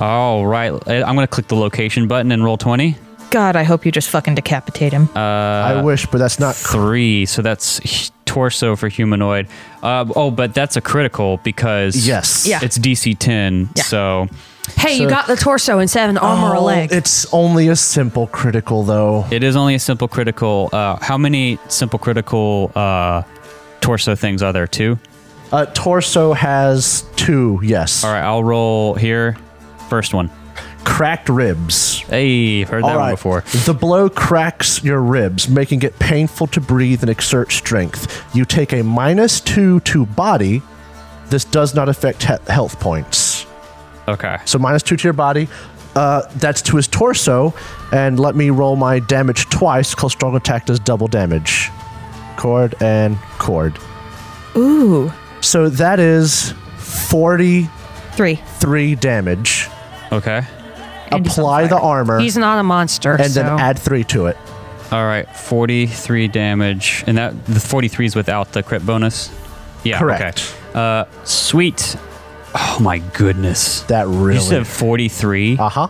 All right, I- I'm going to click the location button and roll twenty.
God, I hope you just fucking decapitate him.
Uh,
I wish, but that's not.
Three, so that's h- torso for humanoid. Uh, oh, but that's a critical because
Yes.
Yeah.
it's DC ten.
Yeah.
So
Hey, you got the torso instead of an arm or a
Oh,
leg.
It's only a simple critical, though.
It is only a simple critical. Uh, how many simple critical uh, torso things are there? Two.
Uh, torso has two, yes.
All right, I'll roll here. First one.
Cracked ribs.
Hey, heard that
All
one
right.
before.
The blow cracks your ribs, making it painful to breathe and exert strength. You take a minus two to body. This does not affect he- health points.
Okay.
So minus two to your body. Uh, that's to his torso. And let me roll my damage twice because strong attack does double damage. Cord and cord.
Ooh,
So that is 43
three.
damage.
Okay.
And he's on
Apply the
fire.
armor
He's not a monster.
and
so.
then add three to it.
All right. Forty-three damage, and that the forty-three is without the crit bonus. Yeah.
Correct.
Okay. Uh, sweet. Oh my goodness.
That really.
You said forty-three.
uh huh.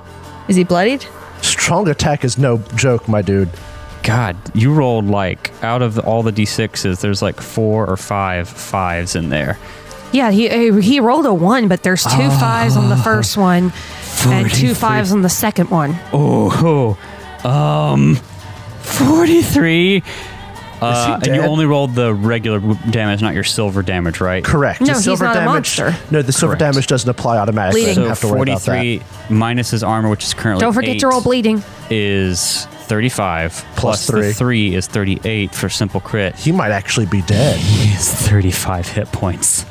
Is he bloodied?
Strong attack is no joke, my dude.
God, you rolled like out of all the d6s, there's like four or five fives in there.
yeah, he he rolled a one, but there's two
Ah.
fives on the first one and two fives on the second one.
Oh, oh, um, 43. Uh, and you
dead?
only rolled the regular damage, not your silver damage, right?
Correct.
No,
the
he's
silver
not a
damage.
monster.
No, the silver
Correct.
damage doesn't apply automatically.
Bleeding.
So
You have to worry about that.
43 minus his armor, which is currently
Don't forget to roll
eight,
bleeding.
Is 35 plus, plus
three.
The 3 is 38 for simple crit.
He might actually be dead.
He has 35 hit points.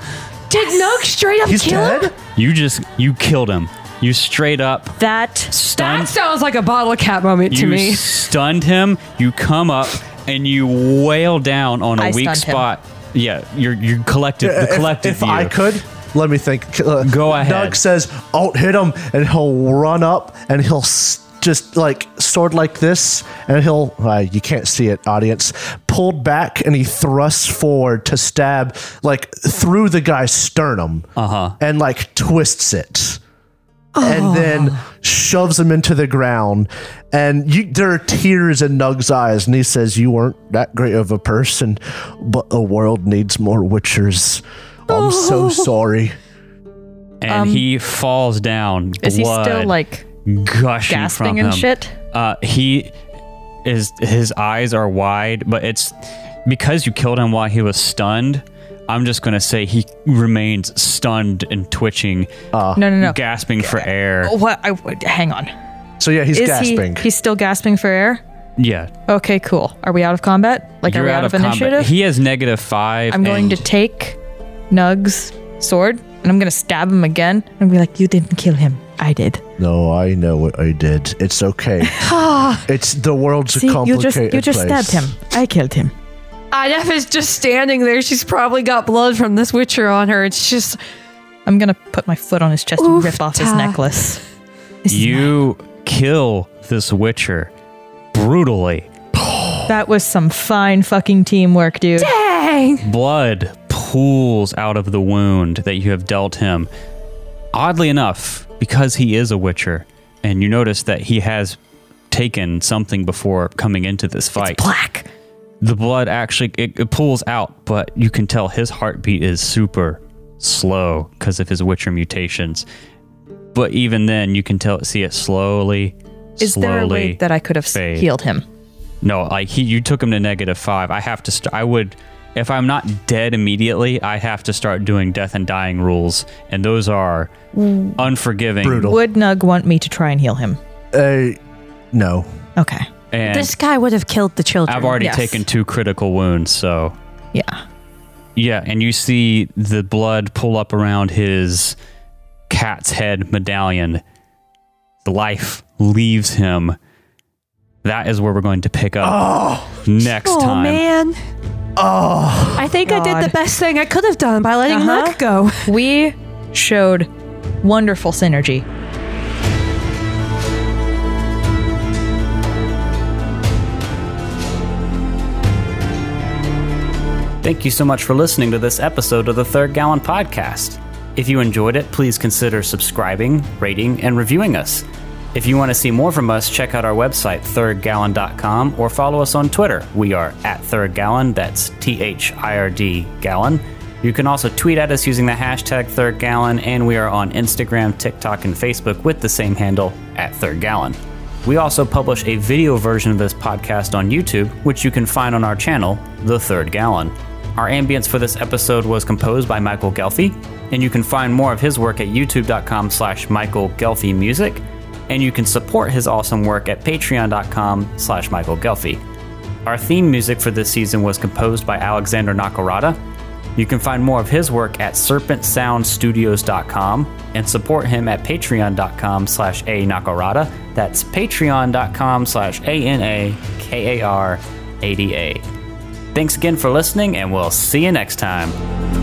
Did Nug straight up
He's
kill him?
dead.
You just, you killed him. You straight up
That
stunned
That sounds like a bottle cap moment to
you
me.
stunned him. You come up and you wail down on a
I
weak
stunned him.
spot. Yeah, you're you collected the
If-
collective
If, I
you.
could, let me think.
[laughs]
Uh,
Go ahead.
Doug says, "Alt hit him," and he'll run up and he'll s- just like sword like this, and he'll. Uh, you can't see it, audience, pulled back and he thrusts forward to stab like through the guy's sternum uh-huh. and like twists it and then shoves him into the ground. And you, there are tears in Nug's eyes, and he says, "You weren't that great of a person, but the world needs more witchers. I'm so sorry."
and he falls down.
um, Is he
blood
still like
gushing from
gasping and
him.
shit?
Uh, he is his eyes are wide, but it's because you killed him while he was stunned. I'm just gonna say he remains stunned and twitching,
No, no, no.
gasping for air.
Oh, what? I, wait, hang on.
So yeah, he's
Is
gasping.
he? He's still gasping for air.
Yeah,
Okay, cool. Are we out of combat? Like, are
you're
we out,
out
of,
of combat.
initiative?
He has negative five.
I'm going
and-
to take Nug's sword and I'm going to stab him again and be like, "You didn't kill him. I did."
no, I know what I did. It's okay.
[sighs]
it's the world's
See,
a
you
complicated
just you just
place.
stabbed him. I killed him.
Idef is just standing there. She's probably got blood from this witcher on her. It's just
I'm going to put my foot on his chest and
Oof,
rip off his
ta.
necklace.
You kill this witcher brutally.
That was some fine fucking teamwork, dude.
dang.
blood pools out of the wound that you have dealt him. Oddly enough, because he is a witcher, and you notice that he has taken something before coming into this fight.
Black.
the blood actually it, it pools out, but you can tell his heartbeat is super slow because of his witcher mutations. But even then, you can tell see it slowly.
Is
slowly
there a way that I could have s
fade.
healed him?
no, like he, you took him to negative five. I have to. St- I would, if I'm not dead immediately, I have to start doing death and dying rules, and those are
Mm.
unforgiving.
Brutal.
Would Nug want me to try and heal him?
Uh, no.
Okay.
And
This guy would have killed the children.
I've already
Yes.
taken two critical wounds, so
Yeah.
yeah. And you see the blood pull up around his cat's head medallion. The life leaves him. That is where we're going to pick up next
Oh
time.
man. Oh. I think I
God.
did the best thing I could have done by letting
Uh-huh.
Luck go.
We showed wonderful synergy.
Thank you so much for listening to this episode of the Third Gallon Podcast. If you enjoyed it, please consider subscribing, rating, and reviewing us. If you want to see more from us, check out our website, thirdgallon.com, or follow us on Twitter. We are at Third Gallon, that's T H I R D Gallon. You can also tweet at us using the hashtag Third Gallon, and we are on Instagram, TikTok, and Facebook with the same handle, at Third Gallon. We also publish a video version of this podcast on YouTube, which you can find on our channel, The Third Gallon. Our ambience for this episode was composed by Michael Gelfie, and you can find more of his work at youtube.com slash Michael Gelfie Music, and you can support his awesome work at patreon.com slash Michael Gelfie. Our theme music for this season was composed by Alexander Nakarada. You can find more of his work at serpentsoundstudios.com and support him at patreon.com slash a nakarada. That's patreon.com slash A-N-A-K-A-R-A-D-A. Thanks again for listening, and we'll see you next time.